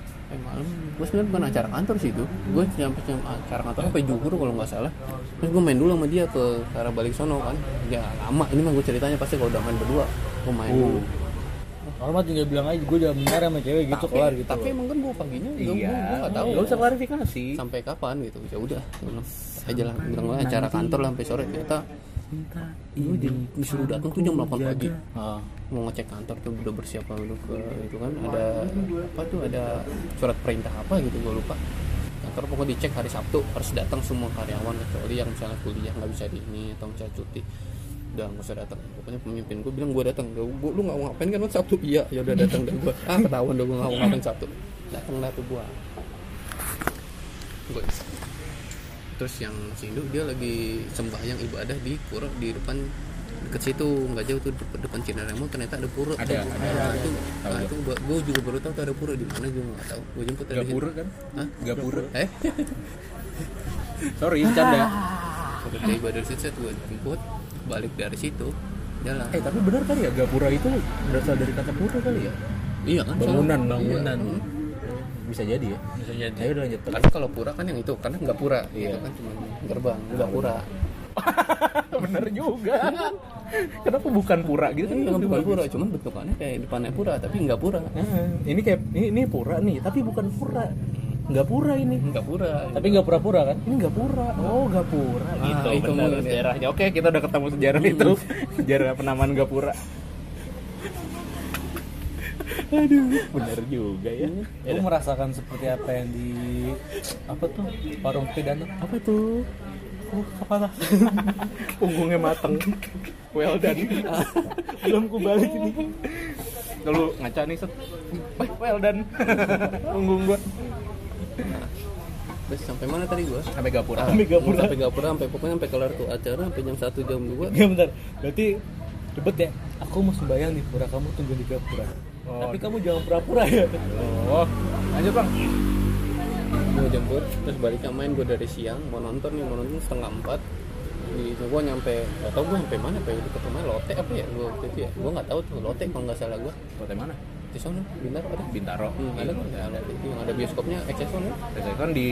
Speaker 1: Sampai malam. Gue sebenarnya bukan acara kantor sih itu. Gue nyampe nyampe acara kantor sampai zuhur kalau nggak salah. Terus gue main dulu sama dia ke ke arah balik sono kan. Ya lama ini mah gue ceritanya pasti kalau udah main berdua gue
Speaker 2: Oh.
Speaker 1: main dulu.
Speaker 4: Orang mah tinggal bilang aja gue udah benar sama cewek gitu kelar gitu.
Speaker 1: Tapi
Speaker 4: loh.
Speaker 1: emang kan gue paginya gue
Speaker 2: Iya.
Speaker 1: nggak tahu.
Speaker 2: Nggak usah klarifikasi.
Speaker 1: Sampai kapan gitu? Ya udah. gua bilang, Aja lah. Gua Bilang "Wah, acara kantor lah sampai sore ternyata. Ini di- Iya, disuruh datang tuh jam 8 pagi
Speaker 4: Ah.
Speaker 1: mau ngecek kantor tuh udah bersiap dulu ke itu kan ada apa tuh ada surat perintah apa gitu gue lupa kantor pokoknya dicek hari Sabtu harus datang semua karyawan kecuali yang misalnya kuliah nggak bisa di ini atau misalnya cuti udah nggak usah datang pokoknya pemimpin gue bilang gue datang gue lu nggak mau ngapain kan lu Sabtu iya ya udah datang dah gue ah ketahuan dong gue nggak mau ngapain Sabtu datang lah tuh gue gue terus yang si Induk dia lagi sembahyang ibadah di pura di depan deket situ nggak jauh tuh depan, depan Cinere Mall ternyata ada pura tuh.
Speaker 2: Ada, ada,
Speaker 1: nah, itu nah, itu gue juga baru tahu tuh ada pura di mana gue nggak tahu gue jemput dari
Speaker 2: Gapura
Speaker 1: situ.
Speaker 2: kan?
Speaker 1: Hah?
Speaker 2: Gapura.
Speaker 1: eh (laughs)
Speaker 2: Sorry, bercanda.
Speaker 1: Ah. udah ibadah dari situ gue jemput balik dari situ jalan
Speaker 2: Eh tapi benar kali ya Gapura itu berasal dari kata pura kali ya?
Speaker 1: iya kan soalnya-
Speaker 2: Bangunan,
Speaker 1: Iya.
Speaker 2: bangunan.
Speaker 1: Hmm.
Speaker 2: Bisa jadi ya. Bisa jadi. Ayo udah lanjut. (laughs)
Speaker 1: Karena kalau pura kan yang itu, karena nggak pura,
Speaker 2: Iya.
Speaker 1: itu kan cuma gerbang, nggak pura.
Speaker 2: Bener juga. Kenapa bukan pura gitu kan?
Speaker 1: Ini Iya, bukan bukan pura, cuman bentukannya kayak depannya pura, tapi nggak pura.
Speaker 2: Ah, ini kayak ini, ini pura nih, tapi bukan pura. Nggak pura ini.
Speaker 1: Nggak pura.
Speaker 4: Tapi nggak pura-pura kan?
Speaker 2: Ini nggak pura. Oh, nggak pura.
Speaker 1: Ah,
Speaker 2: gitu
Speaker 1: itu
Speaker 2: benar
Speaker 1: mungkin ya.
Speaker 2: sejarahnya. Oke, kita udah ketemu sejarah itu. sejarah penamaan nggak pura. Aduh, bener juga ya.
Speaker 4: Lu merasakan seperti apa yang di apa tuh warung pidana?
Speaker 2: Apa tuh?
Speaker 4: Oh, (laughs) kepala.
Speaker 2: Punggungnya mateng. Well done.
Speaker 4: Belum ku balik ini.
Speaker 2: Lalu ngaca nih set. Wah, Well done. Punggung gua.
Speaker 1: Terus sampai mana tadi gua? Ah,
Speaker 2: Sampai gapura.
Speaker 1: sampai
Speaker 4: nggak pura.
Speaker 1: sampai nggak pura sampai pokoknya sampai kelar tuh acara sampai jam satu jam dua
Speaker 4: Ya bentar. Berarti ribet ya. Aku mau sembahyang di pura kamu tunggu di gapura.
Speaker 2: Oh.
Speaker 4: Tapi kamu jangan pura-pura ya.
Speaker 2: Oh, lanjut bang.
Speaker 1: gue jemput terus baliknya main gue dari siang mau nonton nih mau nonton setengah empat di gue nyampe nggak tau gue nyampe mana kayak deket rumah lote apa ya gue waktu itu ya gue nggak tahu tuh lote kalau nggak salah gue
Speaker 2: Kota mana?
Speaker 1: di sana bintaro ada
Speaker 2: Bintaro.
Speaker 1: hmm, ada kan ya, Lotte. yang ada bioskopnya XS1 kan
Speaker 2: Biasanya kan di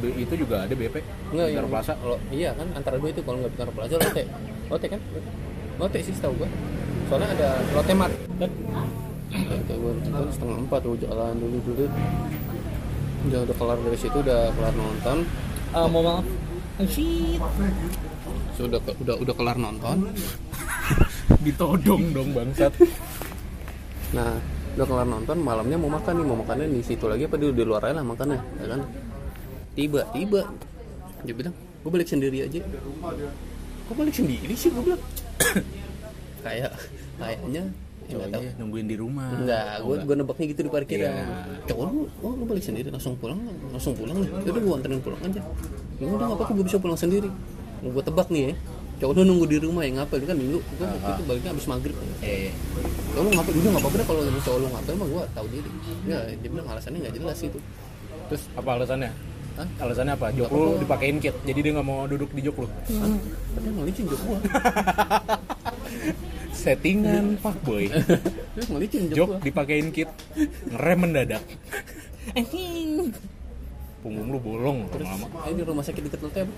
Speaker 2: B- itu juga ada BP.
Speaker 1: Nggak,
Speaker 2: Bintaro
Speaker 1: yang-
Speaker 2: Plaza.
Speaker 1: lo, iya kan antara dua itu kalau nggak bintaro plaza lote lote kan lote sih tahu gue soalnya ada lote mart kayak gue nonton setengah empat gue jalan dulu dulu udah udah kelar dari situ udah kelar nonton
Speaker 4: Ah, mau maaf. Shit.
Speaker 1: sudah ke- udah udah kelar nonton
Speaker 2: Ditodong dong bangsat.
Speaker 1: nah udah kelar nonton malamnya mau makan nih mau makannya di situ lagi apa di, di luar aja lah makannya ya kan tiba-tiba dia bilang gue balik sendiri aja gue balik sendiri sih gue bilang (coughs) kayak kayaknya ya nggak tahu
Speaker 2: Cowoknya Oh, iya, nungguin di rumah.
Speaker 1: Enggak, gue gue nebaknya gitu di parkiran.
Speaker 2: Iya.
Speaker 1: Cowok lu, oh lu balik sendiri langsung pulang, langsung pulang nih. Udah gue anterin pulang aja. Ya udah apa gue bisa pulang sendiri. Gue tebak nih ya. Cowok lu nunggu di rumah ya ngapel dia kan minggu. Gue waktu itu baliknya abis maghrib.
Speaker 2: Eh,
Speaker 1: Cowok lu ngapel, udah nggak apa-apa deh kalau lu cowok lu ngapel mah gue tahu diri. Ya dia bilang alasannya nggak jelas itu. Terus
Speaker 2: apa alasannya?
Speaker 1: Hah?
Speaker 2: Alasannya apa? Jok lu dipakein kit, jadi dia nggak mau duduk di jok lu.
Speaker 1: ah, dia ngelicin jok gue.
Speaker 2: Settingan pak boy.
Speaker 1: Dia ngelicin Eh, jok
Speaker 2: Jok
Speaker 1: gue.
Speaker 2: dipakein kit, ngerem mendadak. Punggung lu bolong
Speaker 1: Eh, Terus
Speaker 2: lama-lama.
Speaker 1: ah, ini rumah sakit deket lu teh. apa?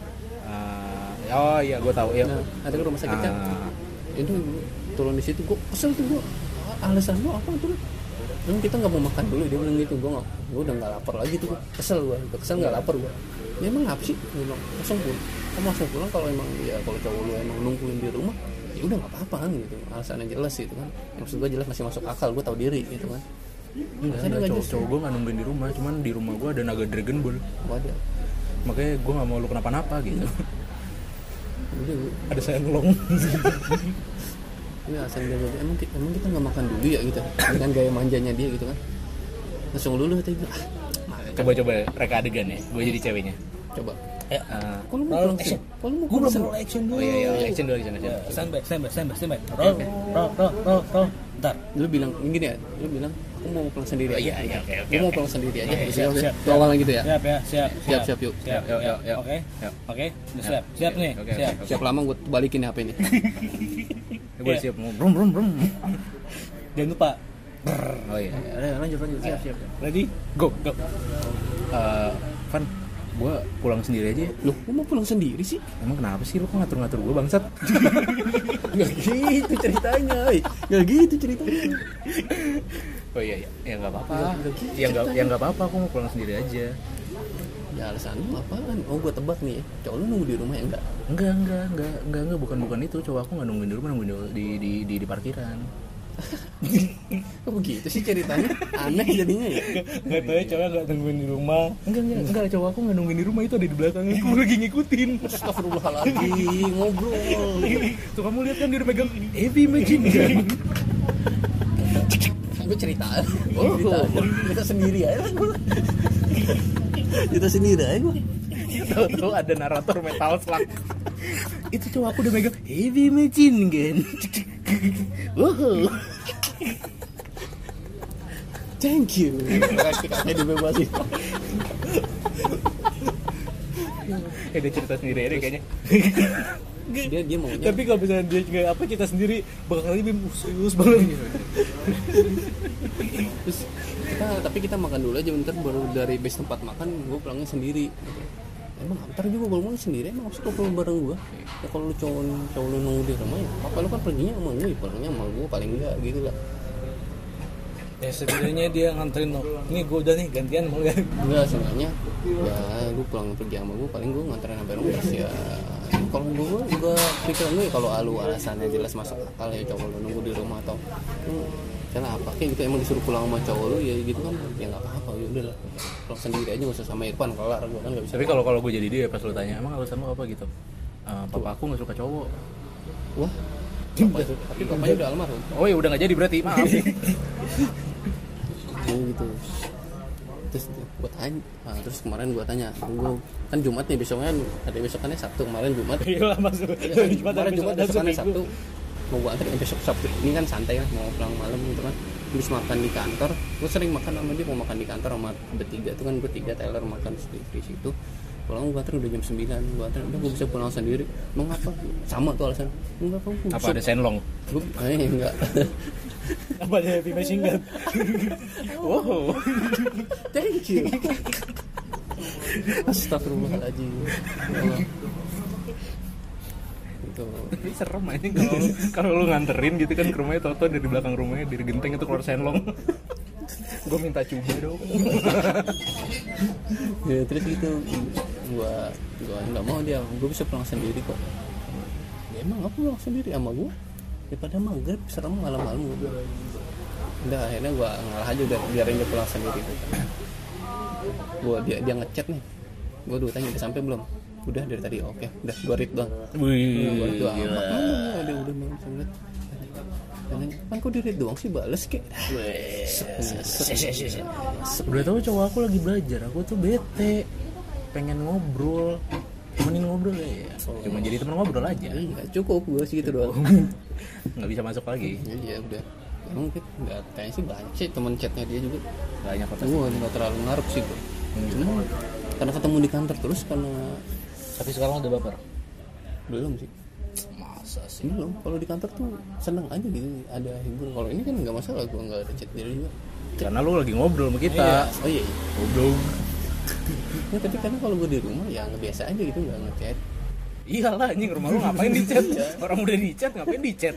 Speaker 2: Ah, oh iya gue tahu ya.
Speaker 1: Nah, ada kan rumah sakitnya.
Speaker 2: Ah.
Speaker 1: itu turun di situ gue kesel tuh gue alasan lu apa tuh "Em, kita nggak mau makan dulu dia bilang gitu gue nggak gue udah nggak lapar lagi tuh gua. kesel gue udah kesel nggak lapar gue ya emang ngapa sih gue bilang langsung pulang kamu langsung pulang kalau emang ya kalau cowok lu emang nungguin di rumah ya udah nggak apa-apa kan gitu alasannya jelas gitu kan maksud gue jelas masih masuk akal gue tahu diri gitu kan alasannya nggak jelas
Speaker 2: cowok gue nggak nungguin di rumah cuman di rumah gue ada naga dragon ball
Speaker 1: Gak ada
Speaker 2: makanya gue nggak mau lu kenapa-napa
Speaker 1: (laughs)
Speaker 2: gitu
Speaker 1: udah gue
Speaker 2: ada saya nolong
Speaker 1: Iya, alasan dia bilang, emang kita, emang kita nggak makan dulu ya gitu dengan gaya manjanya dia gitu kan langsung lulu hati gue ah,
Speaker 2: coba coba reka adegan ya gue jadi ceweknya
Speaker 1: coba
Speaker 4: Ayo.
Speaker 2: Eh,
Speaker 1: kalau mau
Speaker 4: Roll
Speaker 1: pulang sih
Speaker 4: action.
Speaker 1: kalau mau
Speaker 4: Gue belum
Speaker 1: pulang sih
Speaker 4: roll action dulu.
Speaker 2: oh iya iya action dulu action action
Speaker 4: Ya, Stand back, stand back, stand back, stand back. Roll, roll, roll, roll, roll. Ntar.
Speaker 1: lu bilang gini ya lu bilang aku mau pulang sendiri
Speaker 2: Oh,
Speaker 1: aja
Speaker 2: iya iya oke oke
Speaker 1: Gua mau
Speaker 2: oke.
Speaker 1: pulang sendiri aja
Speaker 4: Oke,
Speaker 1: gitu
Speaker 4: siap,
Speaker 1: ya.
Speaker 4: siap,
Speaker 1: Itu awalnya gitu ya
Speaker 4: Siap ya, siap.
Speaker 1: siap siap yuk
Speaker 4: Siap,
Speaker 2: Yuk, yuk, yuk.
Speaker 4: Oke.
Speaker 2: Yuk.
Speaker 4: Oke, udah siap. Siap nih,
Speaker 2: Oke, oke,
Speaker 4: siap.
Speaker 2: oke.
Speaker 1: siap lama gue balikin nih HP (laughs) ini
Speaker 2: gue
Speaker 4: Iya.
Speaker 2: siap mau brum brum brum
Speaker 4: Jangan lupa.
Speaker 2: oh iya
Speaker 1: lanjut lanjut siap siap
Speaker 4: Ready?
Speaker 2: go go Eh, Van gue pulang sendiri aja ya.
Speaker 1: lu lu mau pulang sendiri sih
Speaker 2: emang kenapa sih lu kok ngatur-ngatur gue bangsat
Speaker 1: nggak gitu ceritanya eh. nggak gitu ceritanya
Speaker 2: oh iya iya ya nggak apa-apa
Speaker 1: Nggak, nggak gitu
Speaker 2: ya nggak
Speaker 1: ceritanya.
Speaker 2: ya nggak apa-apa aku mau pulang sendiri aja
Speaker 1: ya alasan lu apaan oh gue tebak nih ya cowok lu nunggu di rumah ya enggak
Speaker 2: enggak enggak enggak enggak enggak bukan bukan itu cowok aku nggak nungguin di rumah nungguin di di di, di, di parkiran
Speaker 1: kok begitu sih ceritanya aneh jadinya ya
Speaker 4: Gak tau ya cowok gak tungguin di rumah
Speaker 2: enggak enggak enggak cowok aku nggak nungguin di rumah itu ada di belakangnya gue lagi ngikutin
Speaker 1: Astagfirullahaladzim ngobrol
Speaker 2: tuh kamu lihat kan dia udah pegang heavy machine gun (laughs)
Speaker 1: gue cerita oh. cerita aja. cerita sendiri aja lah gue cerita sendiri aja gue
Speaker 2: tahu ada narator metal slug itu cowok aku udah megang heavy machine gun wow
Speaker 1: thank you kakaknya dibebasin
Speaker 2: eh dia cerita sendiri aja deh kayaknya
Speaker 1: dia dia maunya
Speaker 4: Tapi kalau misalnya dia juga apa cerita sendiri Bakal lebih serius banget
Speaker 1: terus kita tapi kita makan dulu aja bentar baru dari base tempat makan gue pulangnya sendiri emang ntar juga gue pulang sendiri emang maksud lu pulang bareng gue ya kalau lu cowok cowok lu nunggu di rumah ya apa lu kan perginya sama gue ya pulangnya sama gue paling enggak gitu lah
Speaker 4: Ya setidaknya dia nganterin no. Ini gue udah nih gantian mau gak
Speaker 1: enggak seenggaknya ya gue pulang pergi sama gue paling gue nganterin sampai rumah terus ya kalau gue juga pikiran gue ya kalau alu alasannya jelas masuk akal ya cowok lu nunggu di rumah atau "Hmm, kenapa kayak gitu emang disuruh pulang sama cowok lu ya gitu kan ya nggak apa-apa ya udah lah pulang sendiri aja gak usah sama Irfan kelar gue kan nggak bisa
Speaker 2: tapi kalau kalau gue jadi dia pas lu tanya emang alasan lu apa gitu Eh, papa aku nggak suka cowok
Speaker 1: wah bapak, tapi bapaknya udah almarhum
Speaker 2: oh ya udah nggak jadi berarti (laughs) maaf
Speaker 1: Iya gitu terus gue tanya ah, terus kemarin gue tanya gue kan Jumat nih besoknya ada besokannya Sabtu kemarin Jumat
Speaker 4: Iya lah masuk
Speaker 1: Iya,
Speaker 4: Jumat
Speaker 1: kemarin
Speaker 4: habis
Speaker 1: Jumat
Speaker 4: ada
Speaker 1: besok
Speaker 4: seminggu.
Speaker 1: Sabtu mau gue anterin besok Sabtu ini kan santai lah mau pulang malam gitu kan terus makan di kantor gue sering makan sama dia mau makan di kantor sama bertiga tuh kan bertiga Taylor makan di di situ pulang gue anterin udah jam 9 gue anterin udah gue bisa pulang sendiri mengapa sama tuh alasan enggak kok gue
Speaker 2: apa
Speaker 1: bisa
Speaker 2: ada senlong
Speaker 1: gue eh, enggak (laughs)
Speaker 4: Apa ada happy machine
Speaker 2: (laughs)
Speaker 4: gun
Speaker 2: wow
Speaker 1: thank you Astagfirullahaladzim Ya Allah. Gitu.
Speaker 2: Tapi serem aja kalau kalau lu nganterin gitu kan ke rumahnya Toto dari belakang rumahnya dari genteng itu keluar (laughs) senlong. gue minta coba dong.
Speaker 1: ya terus gitu gua gua nggak mau dia gua bisa pulang sendiri kok ya emang aku pulang sendiri sama gua daripada maghrib serem malam-malam gua udah akhirnya gua ngalah aja udah biarin dia pulang sendiri gua, gua dia dia ngechat nih gua dulu tanya udah sampai belum udah dari tadi oke udah gua read doang
Speaker 2: Wih,
Speaker 1: gua read doang apa Iya, mana ada udah main sangat kan kok di read doang sih bales kek
Speaker 2: Udah tahu cowok aku lagi belajar, aku tuh bete. Pengen ngobrol. Temenin ngobrol ya. Cuma jadi temen ngobrol aja.
Speaker 1: iya cukup gua segitu doang
Speaker 2: Nggak bisa masuk lagi.
Speaker 1: Iya udah. Emang kita nggak kayaknya sih banyak sih teman chatnya dia juga.
Speaker 2: Banyak kota.
Speaker 1: Gue nggak terlalu ngaruh sih gue. Cuman karena ketemu di kantor terus karena
Speaker 4: Tapi sekarang udah baper
Speaker 1: belum sih.
Speaker 4: Masa sih
Speaker 1: Belum. Kalau di kantor tuh seneng aja gitu ada hiburan. Kalau ini kan nggak masalah gue nggak ada chat dia juga.
Speaker 2: Karena lu lagi ngobrol sama kita.
Speaker 1: Iya. Oh iya. iya.
Speaker 2: Ngobrol.
Speaker 1: Nggak, tapi karena kalau gue di rumah ya nggak biasa aja gitu nggak ngechat.
Speaker 2: Iya Iyalah anjing rumah lu ngapain di chat? Orang udah di chat ngapain di chat?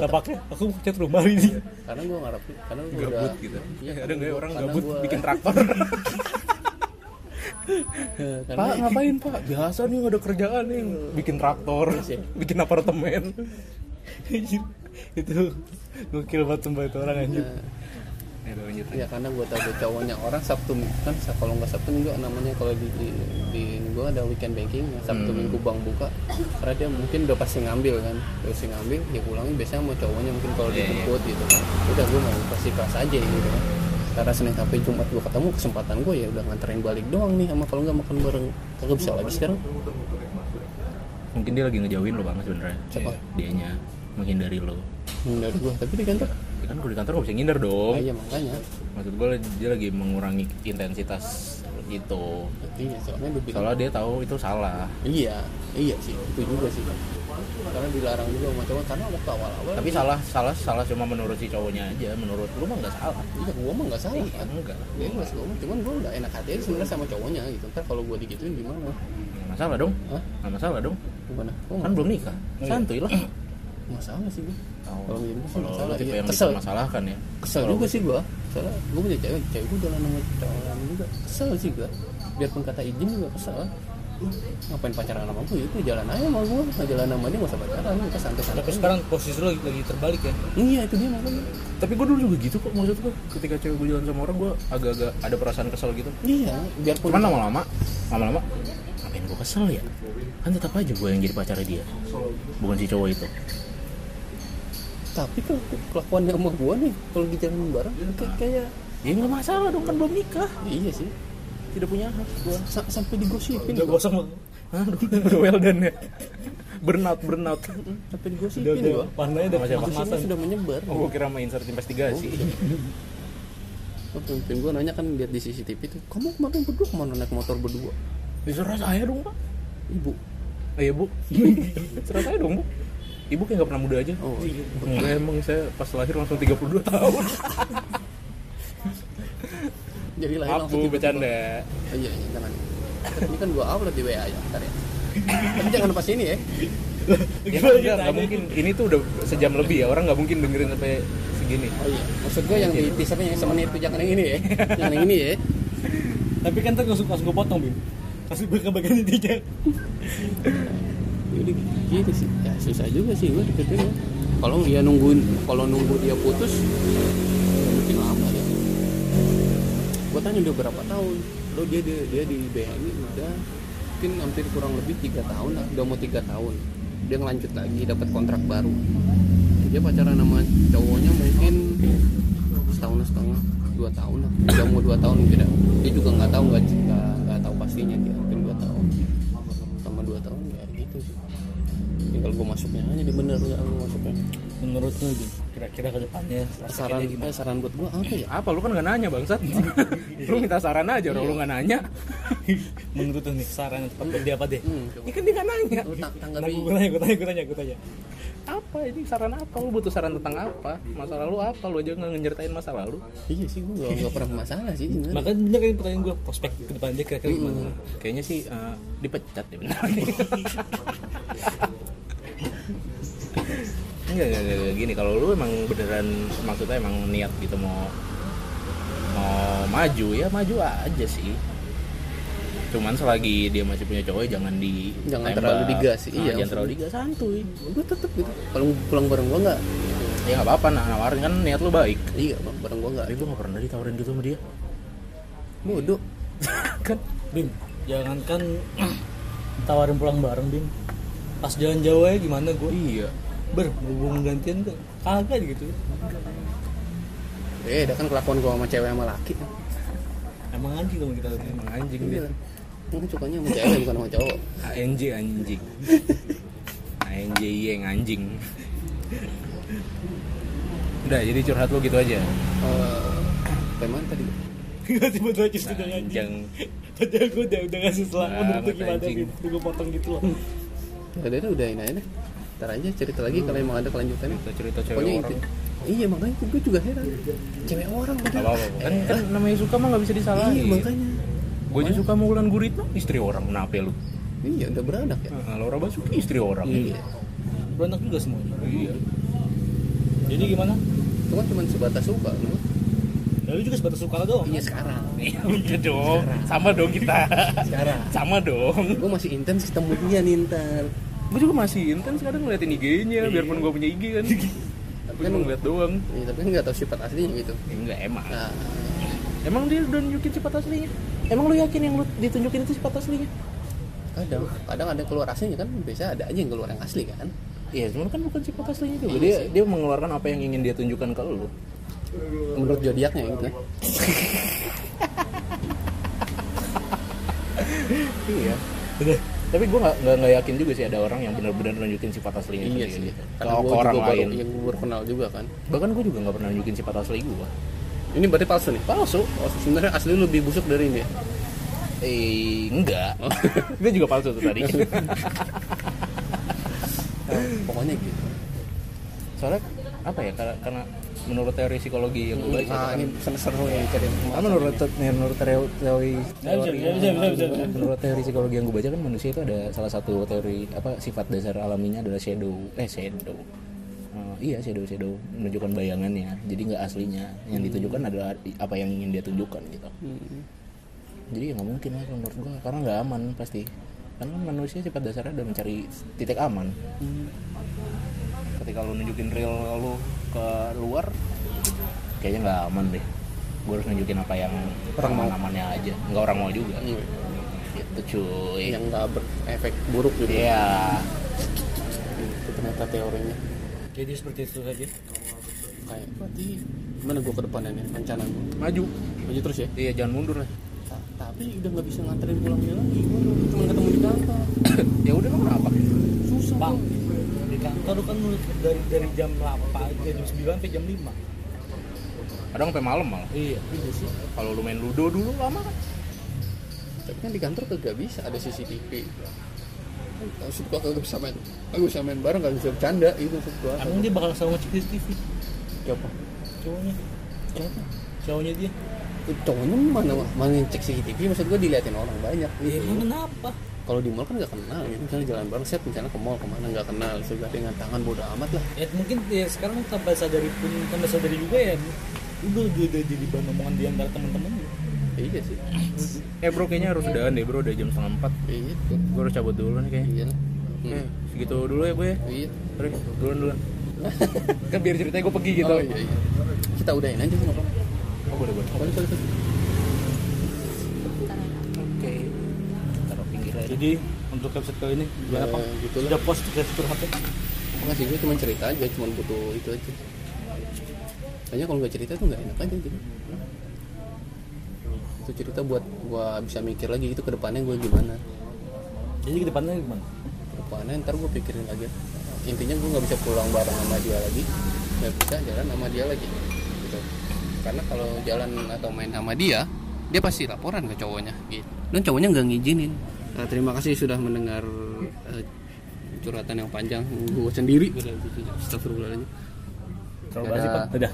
Speaker 3: Gak pakai, aku cat rumah ini.
Speaker 1: karena gue ngarep karena gue udah
Speaker 2: Gerbut gitu.
Speaker 1: Iya,
Speaker 2: ada nggak ya orang
Speaker 1: karena
Speaker 2: gabut
Speaker 1: gua-
Speaker 2: bikin traktor?
Speaker 1: karena
Speaker 2: pak ngapain pak? Biasa nih nggak ada kerjaan nih bikin traktor, bikin apartemen.
Speaker 3: Anjir. itu gokil banget sumpah itu orang anjir.
Speaker 2: Ya udah, lanjut.
Speaker 1: ya Eh, karena gue tau dia cowoknya orang sabtu kan sa- kalau nggak sabtu minggu namanya kalau di di, di gue ada weekend banking ya, sabtu
Speaker 2: Hmm.
Speaker 1: minggu bank buka karena dia mungkin udah pasti ngambil kan udah pasti ngambil dia pulangin biasanya mau cowoknya mungkin kalau
Speaker 2: Iya, iya.
Speaker 1: dijemput gitu kan udah gue mau pasti kelas aja gitu kan karena senin sampai jumat gue ketemu kesempatan gue ya udah nganterin balik doang nih sama kalau nggak makan bareng kagak bisa lagi sekarang
Speaker 2: Mungkin dia lagi ngejauhin lo bang sebenarnya.
Speaker 1: Siapa?
Speaker 2: Dianya menghindari lo.
Speaker 1: menurut gue tapi di kantor
Speaker 2: Ya kan kalau di kantor gak bisa ngindar dong.
Speaker 1: ah, iya makanya
Speaker 2: Maksud gue dia lagi mengurangi intensitas itu.
Speaker 1: iya soalnya dia bilang
Speaker 2: Soalnya dia tahu itu salah.
Speaker 1: iya iya sih itu juga sih karena dilarang juga sama cowok karena waktu awal-awal
Speaker 2: Tapi salah salah salah cuma menurut si cowoknya aja. Menurut lu mah nggak salah.
Speaker 1: Iya, gua mah nggak salah
Speaker 2: Iya,
Speaker 1: kan.
Speaker 2: enggak.
Speaker 1: Gua nggak salah, cuman gua nggak enak hati aja sebenarnya sama cowoknya gitu. Ntar kalau gua digituin gimana?
Speaker 2: Nggak masalah dong.
Speaker 1: Hah?
Speaker 2: Nggak masalah dong.
Speaker 1: Gimana? Gua
Speaker 2: Kan
Speaker 1: nggak
Speaker 2: belum nikah.
Speaker 3: iya.
Speaker 2: Santuy lah.
Speaker 1: masalah sih gua. Kalau
Speaker 2: Kalau
Speaker 1: gitu sih
Speaker 2: lu
Speaker 1: masalah.
Speaker 2: tipe
Speaker 1: Iya,
Speaker 2: yang
Speaker 1: kesel.
Speaker 2: dipermasalahkan ya.
Speaker 1: Kesel juga sih gua. Soalnya gua punya cewek, cewek gua jalan sama cowok lain juga. Kesel sih gua. Biarpun kata izin juga kesel. Ngapain pacaran sama gua? Ya Itu jalan aja sama gua. Nggak jalan sama dia nggak usah pacaran. Kita santai-santai.
Speaker 3: Tapi sekarang posisi lo lagi terbalik ya.
Speaker 1: Iya, itu dia makanya.
Speaker 2: Tapi gue dulu juga gitu kok maksud gue. Ketika cewek gue jalan sama orang gue agak-agak ada perasaan kesel gitu.
Speaker 1: Iya, biarpun
Speaker 2: Cuman lama-lama, lama-lama, ngapain gue kesel ya? Kan tetap aja gue yang jadi pacarnya dia, bukan si cowok itu.
Speaker 1: tapi kalau kelakuannya sama gua nih kalau di jalan bareng kayak- kayak
Speaker 2: Ya nggak masalah dong kan belum nikah,
Speaker 1: iya sih
Speaker 2: tidak punya hak.
Speaker 1: gua sa- sampai digosipin
Speaker 3: Udah
Speaker 1: gua.
Speaker 3: gosong lo.
Speaker 2: Aduh, udah well done ya. Burnout, burnout.
Speaker 1: Sampai
Speaker 3: Udah
Speaker 1: digosipin
Speaker 3: udah
Speaker 1: gua.
Speaker 3: warnanya udah
Speaker 2: Sama siapa?
Speaker 3: kemas-kemasan.
Speaker 1: Kasusnya sudah menyebar.
Speaker 2: Oh, gue kira main insert investigasi.
Speaker 1: Waktu Pemimpin gue nanya kan lihat di CCTV itu, kamu kemarin berdua kemana naik motor berdua?
Speaker 2: Disuruh saya dong, Pak.
Speaker 1: Ibu.
Speaker 2: Eh, ya, Bu. Disuruh saya dong, Bu. Ibu kayak gak pernah muda aja.
Speaker 1: Oh, iya.
Speaker 2: Enggak, emang saya pas lahir langsung 32 tahun.
Speaker 1: jadi lahir
Speaker 2: Maaf, Bu,
Speaker 1: tiba-tiba.
Speaker 2: bercanda. ya?
Speaker 1: Oh, iya, iya, jangan. Ini kan gue upload di WA ya, ntar ya. Tapi jangan pas ini ya.
Speaker 2: Ya, enggak, nggak mungkin. Ini tuh udah sejam lebih ya. Orang nggak mungkin dengerin sampai segini.
Speaker 1: Oh iya, maksud gue yang di teasernya yang semenit itu jangan yang ini ya. Jangan yang ini ya.
Speaker 3: Tapi kan ntar langsung langsung gue potong bim. Kasih gue kebagian intinya.
Speaker 1: Jadi gitu sih. Ya susah juga sih gue deketin ya. Kalau dia nungguin, kalau nunggu dia putus, ya mungkin lama ya. Gue tanya dia berapa tahun. Lo dia dia, dia di BNI udah mungkin hampir kurang lebih tiga tahun lah, udah mau tiga tahun. Dia ngelanjut lagi dapat kontrak baru. Dia pacaran sama cowoknya mungkin setahun setengah dua tahun lah udah mau dua tahun kira dia juga nggak tahu nggak nggak- nggak tahu pastinya dia mungkin dua tahun sama dua tahun ya gitu sih tinggal gue masuknya aja di bener ya gue masuknya
Speaker 3: Menurut lo Bim, kira-kira ke depannya
Speaker 1: saran eh, saran buat gue apa ya
Speaker 2: Apa lu kan nggak nanya bangsat? lu minta saran aja orang lu nggak nanya.
Speaker 3: Menurut lo nih saran yang tepat buat dia apa deh?
Speaker 1: hmm, coba
Speaker 2: Ini kan dia nggak nanya.
Speaker 1: Lu tang-
Speaker 3: Nah,
Speaker 1: tanggapi
Speaker 3: gue tanya, gue tanya, gue tanya, gue tanya.
Speaker 2: Apa ini saran apa? Lu butuh saran tentang apa? Masa lalu apa? Lu aja nggak nyeritain masa lalu.
Speaker 1: iya sih gue gak, pernah bermasalah sih sebenarnya
Speaker 3: Makanya banyak yang kan pertanyaan gue prospek ke depan dia kira-kira gimana?
Speaker 2: Kayaknya sih eh, dipecat ya benar. Enggak, enggak, enggak, enggak. gini kalau lu emang beneran maksudnya emang niat gitu mau mau maju ya maju aja sih cuman selagi dia masih punya cowok ya jangan di
Speaker 1: Jangan
Speaker 2: tembak.
Speaker 1: terlalu digas,
Speaker 2: Nah,
Speaker 1: iya.
Speaker 2: jangan terlalu digas santuy
Speaker 1: gue tetep gitu kalau pulang bareng gue nggak
Speaker 2: ya nggak apa-apa nah nawarin kan niat lu baik
Speaker 1: iya bang bareng gue nggak
Speaker 2: tapi gua nggak pernah ditawarin gitu sama dia (laughs)
Speaker 1: bodoh
Speaker 2: kan
Speaker 3: Bim, jangankan (clears throat) tawarin pulang bareng Bim. Pas jalan jauh aja gimana gue?
Speaker 2: iya
Speaker 3: Ber, berhubung gantian tuh kagak gitu.
Speaker 1: eh ada kan kelakuan gue sama cewek sama laki
Speaker 3: Emang anjing dong kita.
Speaker 2: emang anjing dia
Speaker 1: iya gue sukanya sama cewek bukan sama cowok
Speaker 2: ANJ anjing ANJ yang anjing udah jadi curhat lu gitu aja
Speaker 1: Eh, teman tadi
Speaker 3: Gak tiba-tiba justru udah anjing.
Speaker 2: anjing
Speaker 3: Padahal gue udah udah ngasih selang
Speaker 2: Nah,
Speaker 3: menurut lu
Speaker 2: amat
Speaker 3: gimana
Speaker 2: anjing.
Speaker 3: Bim? Gue potong gitu loh.
Speaker 1: Gak ada Ya udah ini aja. Ntar aja cerita lagi kalau emang ada kelanjutannya.
Speaker 2: cerita cerita cewek
Speaker 1: Pokoknya itu.
Speaker 2: orang
Speaker 1: Iya makanya gue juga heran. Cewek orang
Speaker 2: Gak
Speaker 1: padahal.
Speaker 2: apa-apa kan, kan namanya suka mah gak bisa disalahin
Speaker 1: Iya makanya.
Speaker 2: Gue aja suka sama Wulan Guritno, istri orang, kenapa lu?
Speaker 1: Iya udah beranak ya.
Speaker 2: Nah, Laura Basuki istri orang
Speaker 1: Iya.
Speaker 3: Beranak juga semuanya.
Speaker 2: Iya.
Speaker 3: jadi gimana
Speaker 1: itu kan cuma sebatas suka kan?
Speaker 3: ya, lu juga sebatas suka doang
Speaker 1: iya sekarang
Speaker 3: iya dong sama dong kita
Speaker 1: sekarang
Speaker 3: sama dong
Speaker 1: gue masih intens ketemu dia nih ntar
Speaker 2: gue juga masih intens kadang ngeliatin IG-nya biarpun gue punya IG
Speaker 1: (laughs)
Speaker 2: kan
Speaker 1: tapi
Speaker 2: gue
Speaker 1: kan
Speaker 2: cuma ngeliat doang
Speaker 1: iya, tapi kan nggak tahu sifat aslinya gitu
Speaker 2: Ya, enggak emang
Speaker 1: nah
Speaker 2: emang dia udah nunjukin sifat aslinya emang lu yakin yang lu ditunjukin itu sifat aslinya
Speaker 1: kadang kadang ada yang keluar aslinya kan biasa ada aja yang keluar yang asli kan
Speaker 2: Iya, cuma kan bukan sifat aslinya
Speaker 1: Iya
Speaker 2: juga. Dia
Speaker 1: sih.
Speaker 2: dia mengeluarkan apa yang ingin dia tunjukkan ke lu.
Speaker 1: menurut zodiaknya gitu kan
Speaker 2: Iya. Tapi gue nggak nggak- nggak yakin juga sih ada orang yang benar-benar nunjukin sifat aslinya ke
Speaker 1: iya
Speaker 2: dia
Speaker 1: sih
Speaker 2: gitu. Ke,
Speaker 1: karena
Speaker 2: ke
Speaker 1: gue
Speaker 2: orang
Speaker 1: juga baru
Speaker 2: lain.
Speaker 1: yang gue baru kenal juga kan
Speaker 2: Bahkan gue juga nggak pernah nunjukin sifat asli
Speaker 1: Oh.
Speaker 2: gue.
Speaker 1: ini berarti palsu nih palsu palsu sebenarnya asli lu lebih busuk dari ini ya?
Speaker 2: Eh, enggak.
Speaker 1: Oh.
Speaker 2: (laughs) Itu juga palsu tuh
Speaker 1: (laughs)
Speaker 2: tadi.
Speaker 1: pokoknya gitu
Speaker 2: Soalnya apa ya? Karena, karena menurut teori psikologi yang gue baca,
Speaker 1: nah
Speaker 2: kan,
Speaker 1: ini seru-seru yang cari
Speaker 2: Ah, menurut te- menurut teori teori
Speaker 3: Bisa, bisa, bisa, bisa, bisa, bisa, bisa.
Speaker 2: menurut teori psikologi yang gue baca kan manusia itu ada salah satu teori apa sifat dasar alaminya adalah shadow eh shadow Eh, iya shadow shadow menunjukkan bayangannya jadi nggak aslinya yang ditunjukkan adalah i- apa yang ingin dia tunjukkan gitu jadi ya nggak mungkin lah kalau menurut gue karena nggak aman pasti karena manusia sifat dasarnya adalah mencari titik aman ketika lu nunjukin real lu ke luar kayaknya nggak aman deh gue harus nunjukin apa yang orang mau Iya. amannya aja nggak orang mau juga gitu cuy
Speaker 1: Iya, yang nggak berefek buruk gitu
Speaker 2: iya
Speaker 1: itu ternyata teorinya
Speaker 3: jadi seperti itu saja
Speaker 1: kayak berarti gimana gue ke depannya nih rencana gue
Speaker 2: maju
Speaker 1: maju terus ya
Speaker 2: iya jangan mundur lah
Speaker 1: Ta- tapi udah nggak bisa nganterin pulang dia lagi gue cuma ketemu di kantor
Speaker 3: (coughs)
Speaker 2: ya udah emang kenapa
Speaker 1: susah
Speaker 3: Bang.
Speaker 1: bang
Speaker 3: di kantor lu kan dari dari jam 8 eh, jam 9 sampai jam 5
Speaker 2: kadang sampai malam malah
Speaker 3: iya iya sih
Speaker 2: kalau lu main ludo dulu lama kan
Speaker 1: tapi kan di kantor kagak bisa ada CCTV Eh, maksud gua kagak bisa main aku bisa main bareng gak bisa bercanda itu maksud gua
Speaker 3: emang dia bakal sama cek TV
Speaker 1: siapa
Speaker 3: cowoknya cowoknya dia
Speaker 1: Itu cowoknya mana mana yang cek CCTV maksud gua diliatin orang banyak
Speaker 3: ya
Speaker 1: gitu.
Speaker 3: emang kenapa
Speaker 1: kalau di mall kan nggak kenal gitu misalnya jalan bareng set misalnya ke mall kemana nggak kenal sudah dengan tangan bodoh amat lah
Speaker 3: ya mungkin ya sekarang tambah sadari pun tambah sadari juga ya udah udah, udah jadi bahan omongan di antara teman-teman lu.
Speaker 1: Ya, iya sih
Speaker 2: eh bro kayaknya harus udahan deh bro udah jam setengah empat
Speaker 1: Ya, iya tuh
Speaker 2: gue harus cabut dulu nih kayaknya
Speaker 1: iya lah
Speaker 2: Eh,
Speaker 1: hmm.
Speaker 2: segitu dulu ya gue ya
Speaker 1: iya
Speaker 2: Sorry, duluan duluan (laughs) kan biar ceritanya gue pergi gitu
Speaker 1: Oh, iya, iya. kita udahin aja sih nggak apa-apa
Speaker 2: oh boleh boleh
Speaker 1: Balik, balik, balik.
Speaker 2: oke taruh pinggir aja
Speaker 3: jadi untuk episode kali ini gimana
Speaker 1: Ya,
Speaker 3: pak
Speaker 1: gitu lah.
Speaker 3: sudah post kita curhat ya?
Speaker 1: Enggak sih, gue cuma cerita aja, cuma butuh itu aja. Kayaknya kalau nggak cerita tuh nggak enak aja gitu. Itu cerita buat gue bisa mikir lagi gitu ke depannya gue gimana.
Speaker 3: jadi ke depannya gimana
Speaker 1: Ke depannya ntar gue pikirin lagi. Intinya gue nggak bisa pulang bareng sama dia lagi, nggak bisa jalan sama dia lagi. Gitu. Karena kalau jalan atau main sama dia, dia pasti laporan ke cowoknya gitu. Dan cowoknya nggak ngizinin. Nah, terima kasih sudah mendengar eh, curhatan yang panjang gue sendiri. Astagfirullahaladzim.
Speaker 2: terlalu
Speaker 1: Dadah.
Speaker 2: basi pak dadah